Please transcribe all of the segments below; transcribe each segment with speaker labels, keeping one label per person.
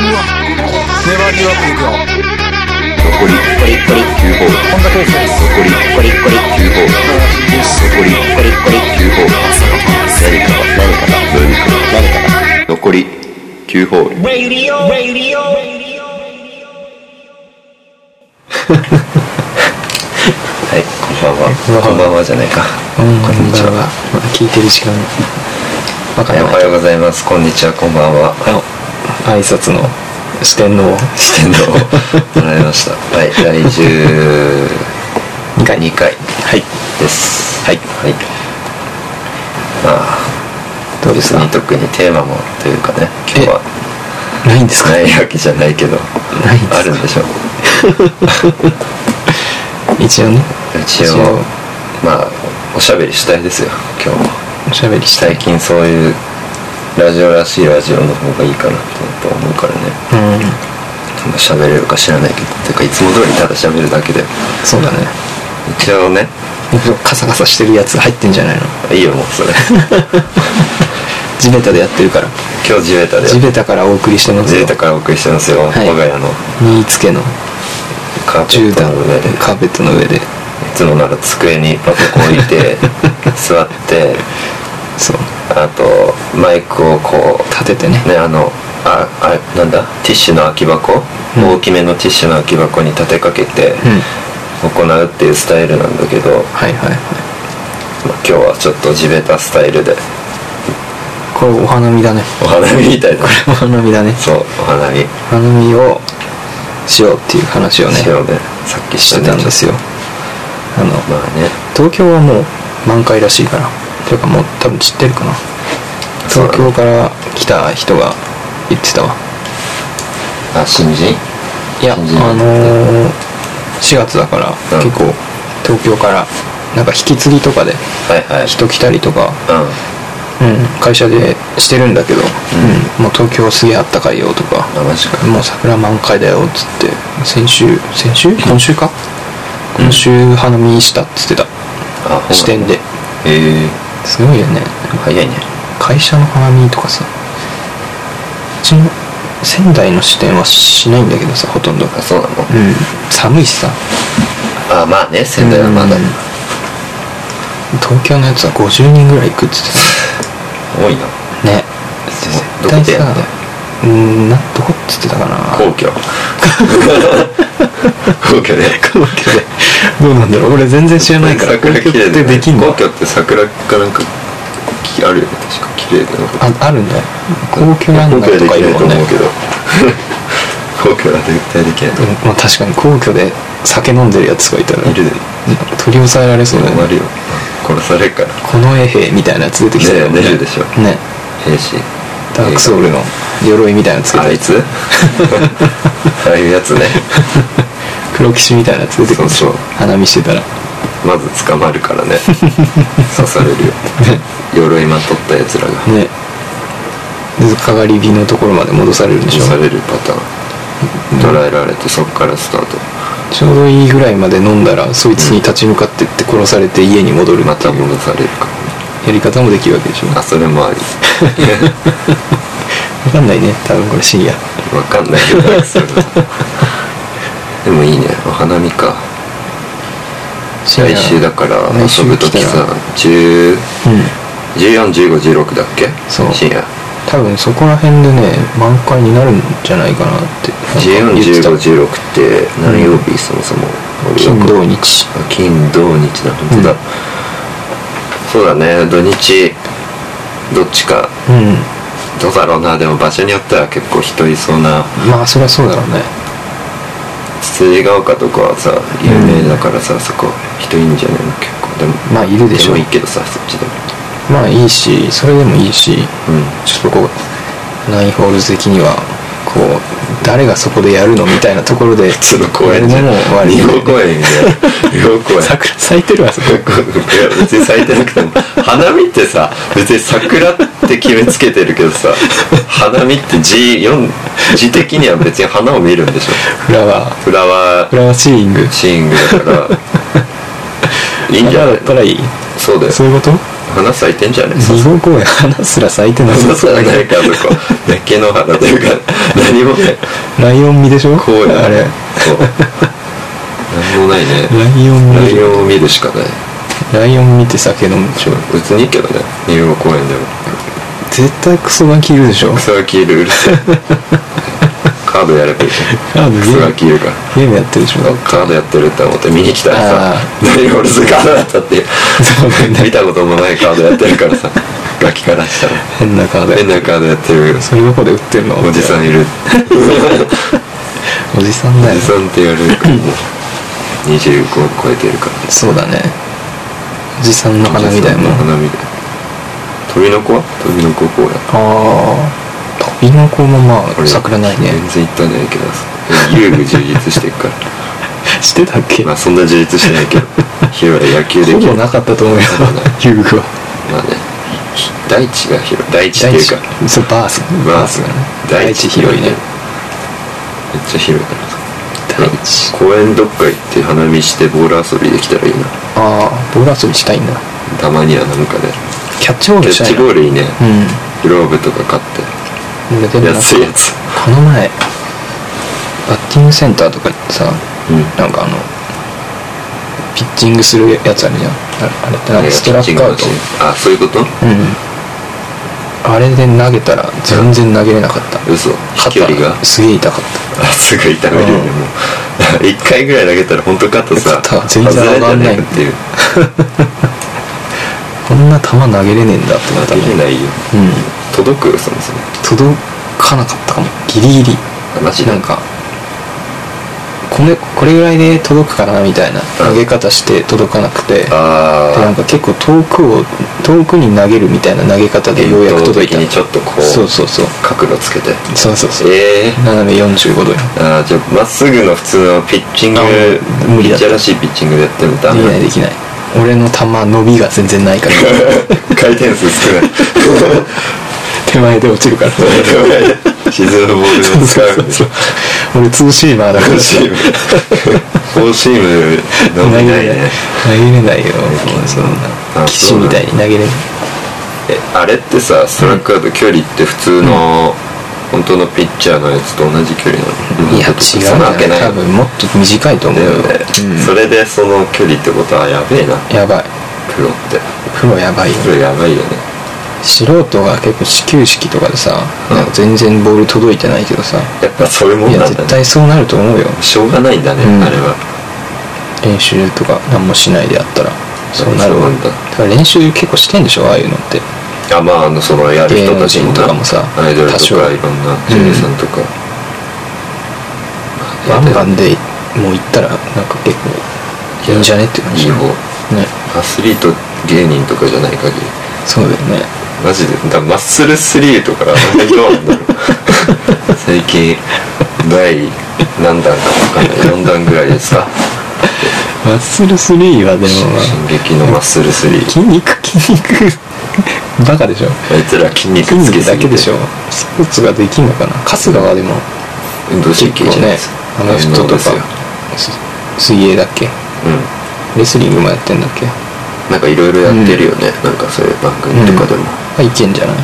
Speaker 1: 粘りよくいくよ
Speaker 2: 残り9ホールはいこんばんはこんばんはじゃないか
Speaker 3: こん
Speaker 2: こんにちは
Speaker 3: ばんはまだ聞いてる時間わかん
Speaker 2: お
Speaker 3: な
Speaker 2: はいようございますこんにちはこんばんは
Speaker 3: あ挨拶の四天王
Speaker 2: 四天王もらいましたはい第12
Speaker 3: 回
Speaker 2: 2回はいですはいはいまあ
Speaker 3: どうですか
Speaker 2: 特にテーマもというかね今日は
Speaker 3: ないんですか
Speaker 2: ないわけじゃないけど
Speaker 3: ないです
Speaker 2: あるんでしょう
Speaker 3: 一応ね
Speaker 2: 一
Speaker 3: 一
Speaker 2: 応
Speaker 3: 応
Speaker 2: まあおしゃべりしたいですよ今日も
Speaker 3: おしゃべりしたい
Speaker 2: 最近そういうラジオらしいラジオの方がいいかなと思うからね
Speaker 3: うん
Speaker 2: まあ喋れるか知らないけどてかいつも通りただ喋るだけで
Speaker 3: そうだね
Speaker 2: 一応ね
Speaker 3: カサカサしてるやつ入ってんじゃないの
Speaker 2: いいよもうそれ
Speaker 3: 地べたでやってるから
Speaker 2: 今日地べたで
Speaker 3: 地べたからお送りしてます
Speaker 2: 地べ
Speaker 3: よ
Speaker 2: たからお送りしてますよ、
Speaker 3: はい
Speaker 2: 我が家の
Speaker 3: 新津家の
Speaker 2: カーペ
Speaker 3: 絨
Speaker 2: ット
Speaker 3: 毯
Speaker 2: の上でい
Speaker 3: カーペットの上で
Speaker 2: つもなら机にパソコン置いて 座って
Speaker 3: そう
Speaker 2: あとマイクをこう
Speaker 3: 立ててね
Speaker 2: ねあのああなんだティッシュの空き箱、
Speaker 3: うん
Speaker 2: 大きめのティッシュの空き箱に立てかけて
Speaker 3: うん
Speaker 2: 行うっていうスタイルなんだけど、まあ、
Speaker 3: はいはいはい
Speaker 2: 今日はちょっと地べたスタイルで
Speaker 3: これお花見だね
Speaker 2: お花見みたいな
Speaker 3: お花見だね
Speaker 2: そうお花見
Speaker 3: お花見をしようっていう話をね
Speaker 2: しようねさっき
Speaker 3: し
Speaker 2: してて
Speaker 3: た
Speaker 2: た
Speaker 3: ん
Speaker 2: ん
Speaker 3: で
Speaker 2: ですす
Speaker 3: よ
Speaker 2: よ
Speaker 3: あの
Speaker 2: まあね
Speaker 3: 東京はもう満開らしいからていうかもう多分知ってるかな
Speaker 2: そうだ
Speaker 3: 東
Speaker 2: ね
Speaker 3: 京から来た人が言ってたわ
Speaker 2: あ新人
Speaker 3: いやあの
Speaker 2: 新人
Speaker 3: ー、4月だから
Speaker 2: うん
Speaker 3: 結構東京からなんか引き継ぎとかで
Speaker 2: はいはい
Speaker 3: 人来たりとか、
Speaker 2: うん
Speaker 3: うん、会社でしてるんだけど、うんもう東京すげえあったかいよとか
Speaker 2: あマジか
Speaker 3: もう桜満開だよっつって先週先週今週か今週花見したっつってた
Speaker 2: あほ
Speaker 3: 視点で
Speaker 2: へえ
Speaker 3: すごいよね
Speaker 2: 早いね
Speaker 3: 会社の花見とかさうちの仙台の支店はしないんだけどさほとんど
Speaker 2: あそうなの、
Speaker 3: うん寒いしさ
Speaker 2: あまあね仙台はまだ
Speaker 3: うん東京のやつは50人ぐらい行くっつって
Speaker 2: 多いな
Speaker 3: たね
Speaker 2: どど
Speaker 3: 絶
Speaker 2: こ
Speaker 3: 対
Speaker 2: でや
Speaker 3: さ
Speaker 2: んだよ
Speaker 3: うんなどこっつってたかな
Speaker 2: 皇居 皇居で
Speaker 3: 皇居でどうなんだろう俺全然知らないから皇
Speaker 2: 桜
Speaker 3: 居
Speaker 2: 綺
Speaker 3: っ
Speaker 2: 麗
Speaker 3: てできんの
Speaker 2: 皇居って桜かなんかきあるよね確か綺麗だな
Speaker 3: ああるんだよ皇居ランナーとかいるもんね
Speaker 2: 皇居はできないと思うけど 皇居は絶対できないと
Speaker 3: うん
Speaker 2: 思
Speaker 3: まあ確かに皇居で酒飲んでるやつがいたら
Speaker 2: ういるで
Speaker 3: 取り押さえられそうだよ
Speaker 2: 終わ
Speaker 3: ね
Speaker 2: るよ殺されるから
Speaker 3: この衛兵みたいなやつ出てきそうだよね
Speaker 2: ね出るでしょ
Speaker 3: ね
Speaker 2: 兵士
Speaker 3: ダークソウルの鎧みたいなのつけ
Speaker 2: あ
Speaker 3: て
Speaker 2: いつああいうやつね
Speaker 3: 黒騎士みたいなやつ出てくるでしょ
Speaker 2: そうそう
Speaker 3: 花見してたら
Speaker 2: まず捕まるからね刺されるよ鎧まとったやつらが
Speaker 3: ねでかがり火のところまで戻されるんでし
Speaker 2: 刺
Speaker 3: ょ
Speaker 2: されるパターン捕らえられてそっからスタート
Speaker 3: ちょうどいいぐらいまで飲んだらそいつに立ち向かってって殺されて家に戻る
Speaker 2: ま
Speaker 3: って
Speaker 2: た
Speaker 3: いう
Speaker 2: 戻されるか
Speaker 3: やり方もできるわけでしょ
Speaker 2: あそれもあり
Speaker 3: 分かんないね多分これ深夜
Speaker 2: わかんない けどそれはでもいいねお花見か
Speaker 3: 深夜
Speaker 2: 来週だから
Speaker 3: 来週
Speaker 2: 遊ぶ時
Speaker 3: 来た
Speaker 2: さ
Speaker 3: ら
Speaker 2: 10
Speaker 3: うん
Speaker 2: 141516だっけ
Speaker 3: そう
Speaker 2: 深夜
Speaker 3: 多分そこら辺でね満開になるんじゃないかなって
Speaker 2: 141516って何曜日そもそも俺よ
Speaker 3: 金
Speaker 2: く
Speaker 3: 土日
Speaker 2: あ金土日だ本当だ、
Speaker 3: うん
Speaker 2: そうだね土日どっちか
Speaker 3: うん
Speaker 2: どうだろうなでも場所によっては結構人いそうな
Speaker 3: まあそりゃそうだろうね
Speaker 2: 辻が丘とかはさ有名だからさ、そこ人いいんじゃないの結構でも
Speaker 3: まあいるでしょ
Speaker 2: もいいけどさそっちでも
Speaker 3: まあいいしそれでもいいし
Speaker 2: うん
Speaker 3: ちょっとこうナインホールズ的にはこう誰がそこでやるのみたいなところで普
Speaker 2: 普通の公園じゃん
Speaker 3: も悪 い
Speaker 2: 日本公園みたいな日本公園
Speaker 3: 桜咲いてるわそこ
Speaker 2: いや別に咲いてなくても花見ってさ別に桜って決めつけてるけどさ花見って字読ん字的には別に花を見るんでしょ
Speaker 3: フラワー
Speaker 2: フラワ
Speaker 3: フ
Speaker 2: ー
Speaker 3: ラワーシーイング
Speaker 2: シーイングだからいいんじゃ
Speaker 3: 花
Speaker 2: な
Speaker 3: だ
Speaker 2: い
Speaker 3: ったらいい
Speaker 2: そうだよ
Speaker 3: そういうこと
Speaker 2: 花咲いてんじゃねえ
Speaker 3: 二号公園花すら咲いてな
Speaker 2: 花
Speaker 3: さ
Speaker 2: 咲
Speaker 3: そう
Speaker 2: か
Speaker 3: だ
Speaker 2: ない
Speaker 3: け
Speaker 2: かとかだけの花というか何もない
Speaker 3: どライオン見でしょ
Speaker 2: こうや
Speaker 3: あれ
Speaker 2: そう何もないね
Speaker 3: ライオン
Speaker 2: ラ
Speaker 3: 見
Speaker 2: イ
Speaker 3: る
Speaker 2: オンを見るしかない
Speaker 3: ライオン見て酒飲むでしょ
Speaker 2: 別にいいけどね入門公園でも
Speaker 3: 絶対クソガキいるでしょ
Speaker 2: クソガキいるうるせえカードやればいいじ
Speaker 3: カ
Speaker 2: ゃ
Speaker 3: ー
Speaker 2: ん
Speaker 3: ド
Speaker 2: クソガキいるから
Speaker 3: ゲームやってるでしょ
Speaker 2: カードやってるって思って見に来たらさ
Speaker 3: あ
Speaker 2: 「何俺それカードだった」っていう
Speaker 3: そうだよね
Speaker 2: 見たこともないカードやってるからさガキからしたら
Speaker 3: 変なカード
Speaker 2: 変
Speaker 3: や
Speaker 2: なカードやってる
Speaker 3: それどこで売ってんの
Speaker 2: おじさんいる
Speaker 3: おじさん
Speaker 2: お
Speaker 3: だよ
Speaker 2: じさんって言われるからもう25超えてるから
Speaker 3: そうだねおじさんの花みたいなもん
Speaker 2: 花見で鳥の子は鳥の子公園
Speaker 3: ああ旅の子もまあ桜ないね
Speaker 2: 全然行ったんじゃないけどさ遊具充実してるから
Speaker 3: してたっけ
Speaker 2: まあそんな充実してないけど 広い野球でき
Speaker 3: ほ
Speaker 2: る
Speaker 3: ぼなかったと思うよ
Speaker 2: そうだね
Speaker 3: 遊具は
Speaker 2: まあね大地が広い大地っていうか
Speaker 3: そうバース
Speaker 2: バースが
Speaker 3: が
Speaker 2: ね
Speaker 3: ね大地広いね
Speaker 2: めっちゃ広いからさ
Speaker 3: 大地
Speaker 2: 公園どっか行って花見してボール遊びできたらいいな
Speaker 3: ああボール遊びしたいんだ
Speaker 2: たまにはなんかで
Speaker 3: キャッチボー
Speaker 2: キ
Speaker 3: ル
Speaker 2: ャ
Speaker 3: した
Speaker 2: ッ
Speaker 3: い
Speaker 2: チ
Speaker 3: な
Speaker 2: ボールいいね
Speaker 3: うん
Speaker 2: グローブとか買っ
Speaker 3: 俺で
Speaker 2: て
Speaker 3: もなんか
Speaker 2: 安いやつ
Speaker 3: この前バッティングセンターとか行ってさ
Speaker 2: うん
Speaker 3: なんかあのピッチングするやつあるじゃんああれってなんかストラックアウト
Speaker 2: ピッチングのチームあそういうこと
Speaker 3: うんあれで投げたら全然投げれなかった
Speaker 2: 嘘飛距
Speaker 3: 肩
Speaker 2: 離が
Speaker 3: すげえ痛かった
Speaker 2: あすぐ痛めるよね
Speaker 3: うん
Speaker 2: もう 一回ぐらい投げたら本当肩さ
Speaker 3: 肩全然上がんない
Speaker 2: 外れんじゃねえかっていう
Speaker 3: こんな球投げれねえんだってなった
Speaker 2: 投
Speaker 3: もん
Speaker 2: げれないよ
Speaker 3: うん
Speaker 2: 届くそもそも
Speaker 3: 届かなかったかもギリギリ
Speaker 2: あマジで
Speaker 3: なんかこれこれぐらいで届くかなみたいな
Speaker 2: うん
Speaker 3: 投げ方して届かなくてでな
Speaker 2: あ
Speaker 3: んか結構遠くを遠くに投げるみたいな投げ方
Speaker 2: あ
Speaker 3: でようやく届いた
Speaker 2: 遠投的にちょっとこう
Speaker 3: そうそうそう
Speaker 2: 角度つけて
Speaker 3: そうそうそう
Speaker 2: ええ
Speaker 3: 斜め45度に
Speaker 2: あーじゃあまっすぐの普通のピッチング
Speaker 3: あ無理
Speaker 2: ピッ
Speaker 3: だ
Speaker 2: チャーらしいピッチングでやってもダ
Speaker 3: で
Speaker 2: メ
Speaker 3: きない できない俺の球伸びが全然ないから
Speaker 2: 回転数少な い
Speaker 3: 手前で落ちるから
Speaker 2: 沈むボールを使うんでしょ
Speaker 3: 俺ツーシーマーだか
Speaker 2: フォ
Speaker 3: ら
Speaker 2: ーシームフォーシーム伸びないね
Speaker 3: 投げれないよもうそんな
Speaker 2: あ
Speaker 3: 騎士みたいに投げれない
Speaker 2: えあれってさストラックアウト距離って普通の、本当のピッチャーのやつと同じ距離なの
Speaker 3: いや違うん
Speaker 2: そ
Speaker 3: じゃ
Speaker 2: んな
Speaker 3: な
Speaker 2: わけ
Speaker 3: い
Speaker 2: ない
Speaker 3: 多
Speaker 2: よね
Speaker 3: 分もっと短いと思うよ、
Speaker 2: それでその距離ってことはやべえな
Speaker 3: うん、やばい
Speaker 2: プロって
Speaker 3: プロやばいよ
Speaker 2: プロやばいよね
Speaker 3: 素人が結構始球式とかでさ、
Speaker 2: うん
Speaker 3: なんか全然ボール届いてないけどさ
Speaker 2: やっぱそういうもん
Speaker 3: いや
Speaker 2: なん
Speaker 3: 絶
Speaker 2: だね
Speaker 3: 対そうなると思うよ
Speaker 2: しょうがないんだね、
Speaker 3: うん
Speaker 2: あれは
Speaker 3: 練習とか何もしないであったらそうなる
Speaker 2: そう
Speaker 3: わ
Speaker 2: なんだ
Speaker 3: から練習結構してんでしょああいうのって
Speaker 2: あまああのそのやる人たち
Speaker 3: 芸能人とかもさ
Speaker 2: アイドルと
Speaker 3: 多少
Speaker 2: かいろんな女優さんとか、ま
Speaker 3: バ
Speaker 2: あ
Speaker 3: ンバンでもう行ったらなんか結構いいんじゃねって感じ
Speaker 2: いい方
Speaker 3: ね
Speaker 2: アスリート芸人とかじゃない限り
Speaker 3: そうだよね
Speaker 2: マジでだからマッスル3とかどうなんだろ う最近第何弾か分かんない4弾ぐらいでさ
Speaker 3: マッスル3はでもまあ
Speaker 2: 進撃のマッスル3
Speaker 3: 筋肉筋肉 バカでしょ
Speaker 2: あいつら筋肉
Speaker 3: 筋
Speaker 2: つけ
Speaker 3: 肉
Speaker 2: す
Speaker 3: だ
Speaker 2: ぎて
Speaker 3: けでしょスポーツができんのかな春日はでも
Speaker 2: 運動神
Speaker 3: 結
Speaker 2: 経
Speaker 3: 構
Speaker 2: じゃない
Speaker 3: ね
Speaker 2: です
Speaker 3: アメフトとか
Speaker 2: ですよ
Speaker 3: す水泳だっけ
Speaker 2: うん
Speaker 3: レスリングもやってんだっけ
Speaker 2: なんかいろいろやってるよね、なんかそういう番組とかでも、
Speaker 3: あいけんじゃない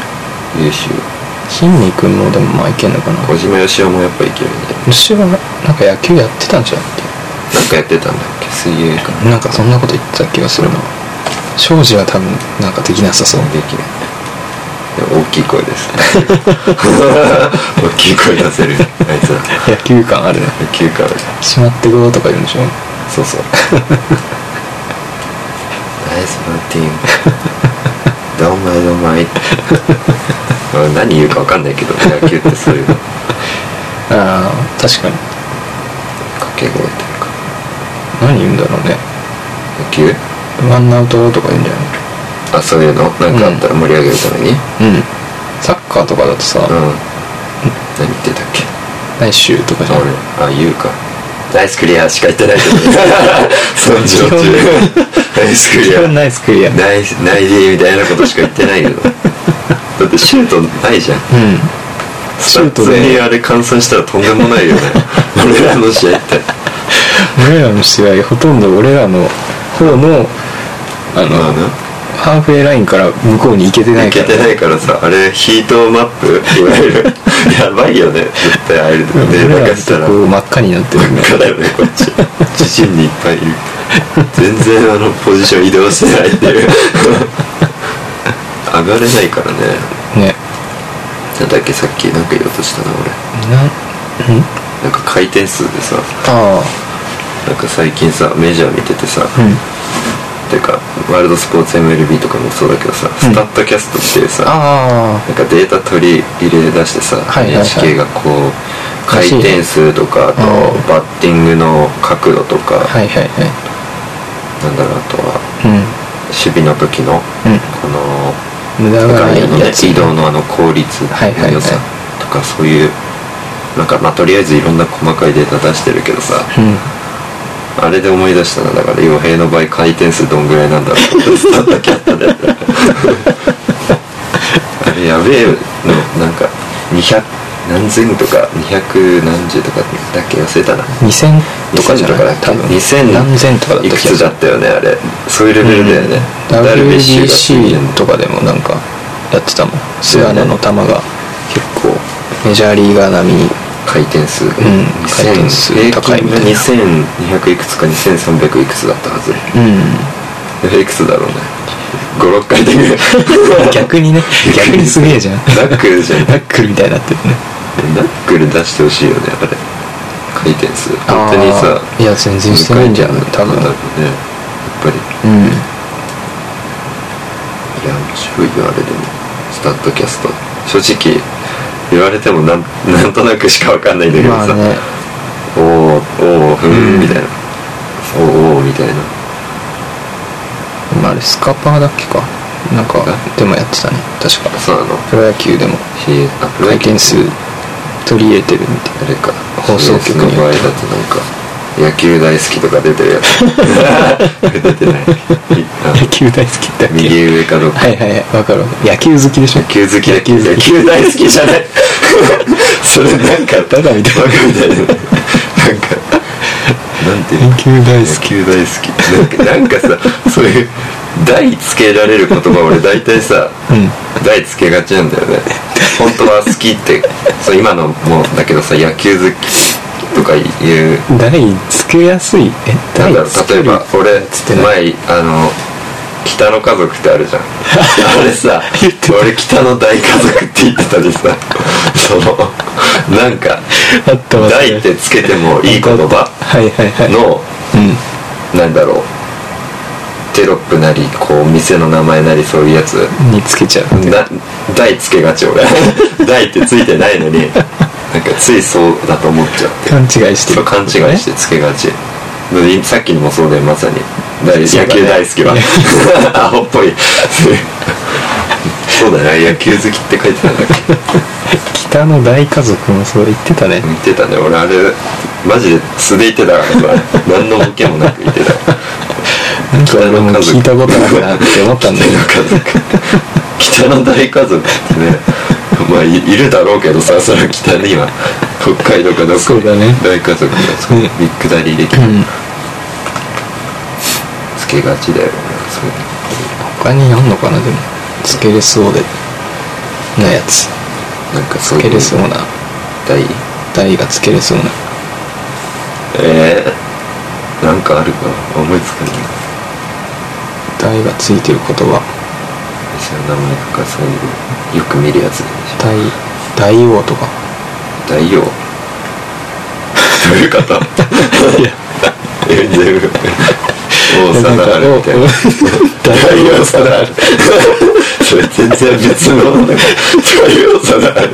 Speaker 2: 優秀
Speaker 3: 筋肉もでもまあいけんのかな
Speaker 2: 小島よしおもやっぱいけるね
Speaker 3: 虫はなんか野球やってたんじゃんっ
Speaker 2: なんかやってたんだっけ水泳か
Speaker 3: けなんかそんなこと言ってた気がするな庄司は多分なんかできなさそう
Speaker 2: できないでも大きい声です大きい声出せるあいつら
Speaker 3: 野球感あるね
Speaker 2: 野球から
Speaker 3: しまってこうとか言うんでしょ
Speaker 2: そうそうナイスマーティンどうもいどうもい俺何言うか分かんないけど野球ってそういうの掛
Speaker 3: ああ確かに
Speaker 2: け声というか
Speaker 3: 何言うんだろうね
Speaker 2: 野球
Speaker 3: ワンアウトとか言うんじゃない
Speaker 2: あそういうのなんかあったら盛り上げるためにうん、
Speaker 3: うんサッカーとかだとさ、
Speaker 2: 何言ってたっけ
Speaker 3: ナイスシューとかじゃん
Speaker 2: あ言うかナイスクリアしか言ってないけど その状態ナイスクリ
Speaker 3: 基
Speaker 2: ア
Speaker 3: 本 ナイスクリアうん
Speaker 2: ナイスナイディみたいなことしか言ってないけどだってシュートないじゃん
Speaker 3: シュート
Speaker 2: 普通に
Speaker 3: で
Speaker 2: あれ換算したらとんでも ないよね俺らの試合って
Speaker 3: 俺らの試合ほとんど俺らの方のあの、
Speaker 2: まあな
Speaker 3: ハーフウェイラインから向こうに行けてない
Speaker 2: 行
Speaker 3: か
Speaker 2: け
Speaker 3: ら
Speaker 2: てないからさあれヒートマップいわゆ るやばいよね絶対あれで
Speaker 3: 俺ら
Speaker 2: なん
Speaker 3: の
Speaker 2: かした
Speaker 3: と
Speaker 2: ら
Speaker 3: こ真っ赤になってる
Speaker 2: 文化だよねこっち自身にいっぱいいる全然あのポジション移動してないっていう上がれないからね
Speaker 3: ね
Speaker 2: なんだっけさっきなんか言おうとしたな俺
Speaker 3: なんん
Speaker 2: なんか回転数でさ
Speaker 3: あ
Speaker 2: なんか最近さメジャー見ててさ、
Speaker 3: あうん
Speaker 2: てかワールドスポーツ MLB とかもそうだけどさ、スタッドキャストっていうさ
Speaker 3: あ
Speaker 2: なんかデータ取り入れ出してさ、
Speaker 3: はいはいはい
Speaker 2: NHK がこう
Speaker 3: ら
Speaker 2: 回
Speaker 3: しいね
Speaker 2: 転数とかあと
Speaker 3: うん
Speaker 2: バッティングの角度とか、
Speaker 3: あはいはいはい
Speaker 2: なんだろうあとは
Speaker 3: う
Speaker 2: 守備の時の
Speaker 3: んうん
Speaker 2: この
Speaker 3: 無駄がな
Speaker 2: 外野の
Speaker 3: い
Speaker 2: ね
Speaker 3: やつ
Speaker 2: 移動のあの効率の良さ、
Speaker 3: はいはいはい
Speaker 2: とかそういうなんかまあとりあえずいろんな細かいデータ出してるけどさ
Speaker 3: うん
Speaker 2: あれで思い出したなだから傭兵の場合回転数どんぐらいなんだろうってスタッドキャッ トであれやべえのなんか200何千とか200何十とかだっけ忘れたな
Speaker 3: 2000とかじゃな
Speaker 2: 2000
Speaker 3: かっ
Speaker 2: と多
Speaker 3: た
Speaker 2: 分2000
Speaker 3: 何千とかだった
Speaker 2: いくつだったよねあれそういうレベルだよね、ダルベッシュがすげえ
Speaker 3: WBC とかでもなんかやってたもん菅野の球が
Speaker 2: 結構
Speaker 3: メジャーリーガー並みに
Speaker 2: 回転数が、
Speaker 3: うん
Speaker 2: 2000
Speaker 3: 回転数高いみたいな
Speaker 2: 平均が2200いくつか2300いくつだったはず
Speaker 3: うん
Speaker 2: いくつだろうね56回転ぐらい
Speaker 3: 逆 にね 逆にすげえじゃん
Speaker 2: ナックルじゃん
Speaker 3: ナックルみたいになってるね
Speaker 2: ナックル出してほしいよねあれ回転数本当にさ
Speaker 3: あーいや全然してないんじゃん多分
Speaker 2: だろうねやっぱり
Speaker 3: うん
Speaker 2: いや面白いよあれでもスタッドキャスト正直言われてもなん なんとなくしかわかんないんだけど
Speaker 3: ま
Speaker 2: さ、
Speaker 3: あね
Speaker 2: おーおーふーんみたいな、おーおーみたいな
Speaker 3: でもあれスカパーだっけかなんかでもやってたね確か
Speaker 2: そうなの
Speaker 3: プロ野球でも
Speaker 2: しあプロ
Speaker 3: 回
Speaker 2: 野球
Speaker 3: 転数取り入れてるみたい
Speaker 2: あれか
Speaker 3: 放送局
Speaker 2: の
Speaker 3: に
Speaker 2: 場
Speaker 3: よ
Speaker 2: 合
Speaker 3: っ
Speaker 2: だ
Speaker 3: て
Speaker 2: となんか野球大好きとか出てるや つ出てないい
Speaker 3: な野球大好きだっけ
Speaker 2: 右上かどうか
Speaker 3: はいはいはいわかるわかる野球好きでしょ
Speaker 2: 野球好きだ
Speaker 3: 野球好
Speaker 2: 野
Speaker 3: き
Speaker 2: 球大好きじゃないそれなんか
Speaker 3: ただみたいな
Speaker 2: バカみたいななんかなんていうの
Speaker 3: 野球大
Speaker 2: 野
Speaker 3: 好き
Speaker 2: 球大好きなんかなんかさそういう「大」つけられる言葉俺大体 さ
Speaker 3: うん
Speaker 2: 「大」つけがちなんだよね本当は好きってそう今のもだけどさ野球好きとか言う
Speaker 3: 台つけやすいえ
Speaker 2: な
Speaker 3: 台
Speaker 2: んだろ
Speaker 3: つ
Speaker 2: う
Speaker 3: け
Speaker 2: 例え
Speaker 3: る
Speaker 2: ば俺
Speaker 3: つってない
Speaker 2: 前あの北の家族ってある じゃんあれさ
Speaker 3: 言ってた
Speaker 2: 俺北の大家族って言ってたでさ そのなんか
Speaker 3: あっ
Speaker 2: 「
Speaker 3: たわそれ
Speaker 2: 大」ってつけてもいい言葉
Speaker 3: はいはいはい
Speaker 2: の
Speaker 3: うん
Speaker 2: なんだろうテロップなりこう店の名前なりそういうやつ
Speaker 3: につけちゃう
Speaker 2: な「大」つけがち俺 「大」ってついてないのになんかついそうだと思っちゃう
Speaker 3: 勘違いして
Speaker 2: そ
Speaker 3: る
Speaker 2: う勘違いしてつけがちでさっきのもそうだよまさに大野
Speaker 3: そうだね
Speaker 2: 球大好きは アホっぽい そうだね野球好きって書いてたんだっけ
Speaker 3: 北の大家族もそう言ってたね
Speaker 2: 見てたね俺あれマジで素で言ってたからさ何のボケもなく言ってた
Speaker 3: なんか俺も聞いたことあるなって思ったんだ
Speaker 2: 北
Speaker 3: よ
Speaker 2: の家族北の大家族ってねまあいいるだろうけどさそれは北には北海道かどっか
Speaker 3: そうだね
Speaker 2: 大家族がそう
Speaker 3: うん
Speaker 2: ビッグダディでき
Speaker 3: う
Speaker 2: る
Speaker 3: ん
Speaker 2: つけがちだよねそういうの
Speaker 3: 他にあんのかなでもつけれそうでなやつ
Speaker 2: なんかそう
Speaker 3: つ
Speaker 2: いう
Speaker 3: けれそうな
Speaker 2: 大
Speaker 3: 台がつけれそうな
Speaker 2: えー、なんかあるかな思いつかない
Speaker 3: 台がついてる言葉
Speaker 2: 店の名前とかそういうよく見るやつでしょ
Speaker 3: 大大王とか
Speaker 2: 大 王どう いう方
Speaker 3: いや
Speaker 2: 全部王貞治みたいな大王貞治それ全然別の大王貞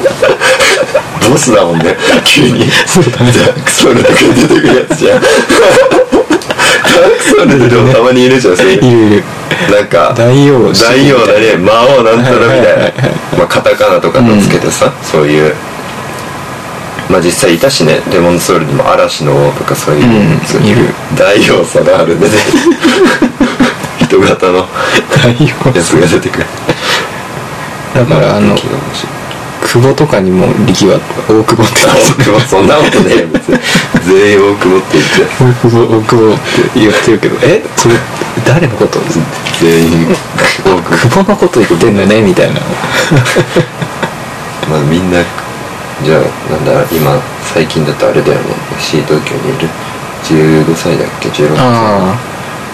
Speaker 2: 治ボスだもんね急に
Speaker 3: そうだね
Speaker 2: ダークソウルとか出てくるやつじゃんダークソウルでもたまにいるじゃんそういう
Speaker 3: いるいる
Speaker 2: なんか
Speaker 3: 大王
Speaker 2: 大王だね魔王なんたらみたい
Speaker 3: はいはいはい
Speaker 2: なまあカタカナとかとつけてさ、そういうまあ実際いたしねレモンソウルにも嵐の王とかそういう、
Speaker 3: うん
Speaker 2: そうう
Speaker 3: いる
Speaker 2: 大王さがあるんで ね人型の
Speaker 3: 大王
Speaker 2: やつが出てくる
Speaker 3: だからあの
Speaker 2: 気が面白い
Speaker 3: 久保とかにも力は大久保って
Speaker 2: あ大久保そんなことねえよ別に全員大久保って言っ
Speaker 3: 大久保大久保って言ってるけどえそれ誰のこと
Speaker 2: 全員僕
Speaker 3: 久保のこと言ってんのねみたいな
Speaker 2: まあみんなじゃあなんだ今最近だとあれだよね FC 東京にいる15歳だっけ16歳
Speaker 3: あ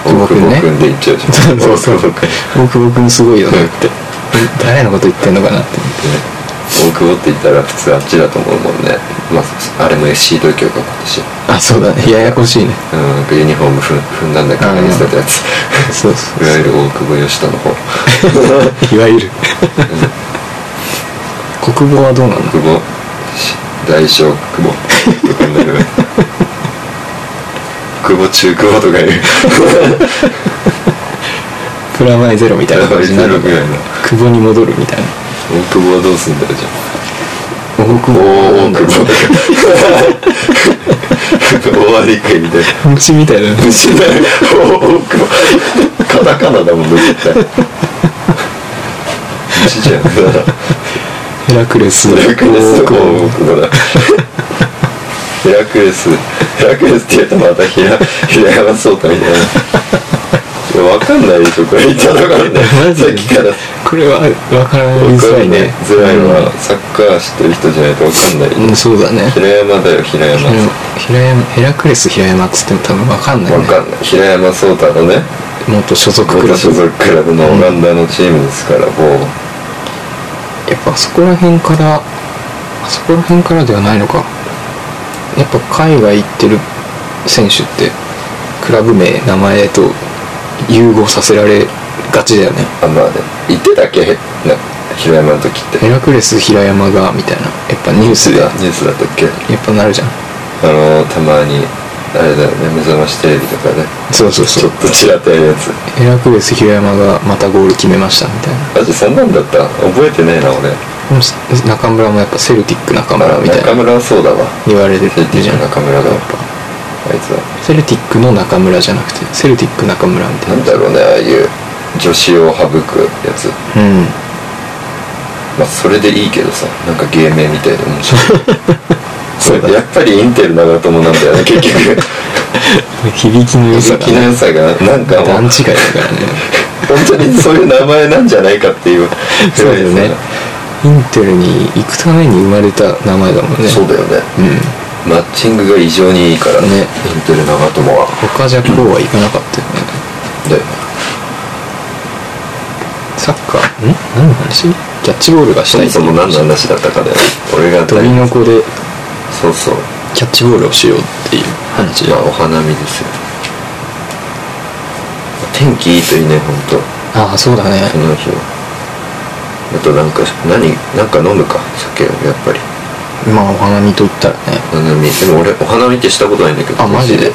Speaker 3: あ
Speaker 2: 大久保
Speaker 3: ね
Speaker 2: 君で行っちゃうじゃん
Speaker 3: そうそうそ
Speaker 2: 大久
Speaker 3: う
Speaker 2: 保君
Speaker 3: 大久保君すごいよねって誰のこと言ってんのかなって
Speaker 2: 大久保って言ったら普通あっちだと思うもんね、まあ、あれも FC 東京か今年
Speaker 3: あそうだねややこしいね
Speaker 2: うんなんかユニフォーム踏ん踏んだんだっけ
Speaker 3: あー
Speaker 2: 何してたやつ
Speaker 3: そうそう
Speaker 2: いわゆる大久保嘉人の方
Speaker 3: いわゆる国語はどうなの
Speaker 2: 久保し大小久保とかになる 久保中久保とかいう
Speaker 3: プラマイゼロみたいな感じになる
Speaker 2: プラマイゼロぐらい
Speaker 3: 久保に戻るみたいな
Speaker 2: 大久保はどうすんだよじゃあ
Speaker 3: 大久保
Speaker 2: 大久保とか 終わりかいみたいな
Speaker 3: 虫みたいな
Speaker 2: 虫だよ大久保カタカナだもんね絶対虫じゃん
Speaker 3: ヘラクレス
Speaker 2: ヘラクレス
Speaker 3: 大
Speaker 2: と
Speaker 3: 久保
Speaker 2: 大久保だヘラクレスヘラクレスって言うとまたひらひらがなそうたみたいなわかんないでしょこれ言ったらわかんない
Speaker 3: マジ
Speaker 2: さっ
Speaker 3: で
Speaker 2: きから
Speaker 3: これは分からないづらいね
Speaker 2: づらいはサッカー知ってる人じゃないとわかんない
Speaker 3: うんうんそうだね
Speaker 2: 平山だよ平山
Speaker 3: 平山ヘラクレス平山っつっても多分分かんない
Speaker 2: わ
Speaker 3: ね
Speaker 2: かんない平山壮太のね
Speaker 3: 元所属クラ
Speaker 2: 元
Speaker 3: ブ
Speaker 2: 所属クラブのオランダのチームですからもう
Speaker 3: やっぱそこら辺からあそこら辺からではないのかやっぱ海外行ってる選手ってクラブ名名前と融合させられがちだよね
Speaker 2: あまあね言ってたっけな平山の時って
Speaker 3: ヘラクレス平山がみたいなやっぱニュースでやっ
Speaker 2: ニュースだったっけ
Speaker 3: ぱなるじゃん
Speaker 2: あのたまにあれだよね目覚ましテレビとかね
Speaker 3: そうそう
Speaker 2: ち
Speaker 3: そ
Speaker 2: ょ
Speaker 3: う
Speaker 2: っとちらっとやるやつ
Speaker 3: ヘラクレス平山がまたゴール決めましたみたいな
Speaker 2: マジそんなんだった覚えてねえな俺
Speaker 3: でも中村もやっぱセルティック中村
Speaker 2: あ
Speaker 3: みたい
Speaker 2: 中
Speaker 3: な
Speaker 2: 村はそうだわ
Speaker 3: 言われてる
Speaker 2: セルティ
Speaker 3: じ
Speaker 2: ッ
Speaker 3: ゃん
Speaker 2: クの中村が
Speaker 3: や
Speaker 2: や
Speaker 3: っ
Speaker 2: っ
Speaker 3: ぱ
Speaker 2: ぱあいつは
Speaker 3: セルティックの中村じゃなくてセルティック中村みた
Speaker 2: ないんだ
Speaker 3: な
Speaker 2: ろうねああいう女子を省くやつ
Speaker 3: うん
Speaker 2: まあそれでいいけどさなんか芸名みたいで面白い
Speaker 3: そうだ
Speaker 2: やっぱりインテル長友なんだよね結 局
Speaker 3: 響きの良さ
Speaker 2: 好
Speaker 3: が
Speaker 2: きな良さがなんか
Speaker 3: 段
Speaker 2: も
Speaker 3: 違
Speaker 2: う
Speaker 3: いだからね
Speaker 2: 本当にそういう名前なんじゃないかっていう
Speaker 3: そうだよねインテルに行くために生まれた名前だもんね
Speaker 2: そうだよね
Speaker 3: うん
Speaker 2: マッチングが異常にいいからね
Speaker 3: ね
Speaker 2: インテル長友は
Speaker 3: 他じゃこうはいかなかったよね
Speaker 2: だよね
Speaker 3: サッカーん何の話キャッチボールがし
Speaker 2: そ
Speaker 3: た
Speaker 2: も
Speaker 3: い
Speaker 2: そも何の話だったかだよ俺が
Speaker 3: 飛びの子で
Speaker 2: そうそう
Speaker 3: キャッチボールをしようっていう話
Speaker 2: まあお花見ですよ天気いいといいね本当。
Speaker 3: ああそうだね
Speaker 2: その日はあとなんか何なんか飲むか酒をやっぱり
Speaker 3: まあお花見と言ったらね
Speaker 2: お花見でも俺お花見ってしたことないんだけど
Speaker 3: あマジで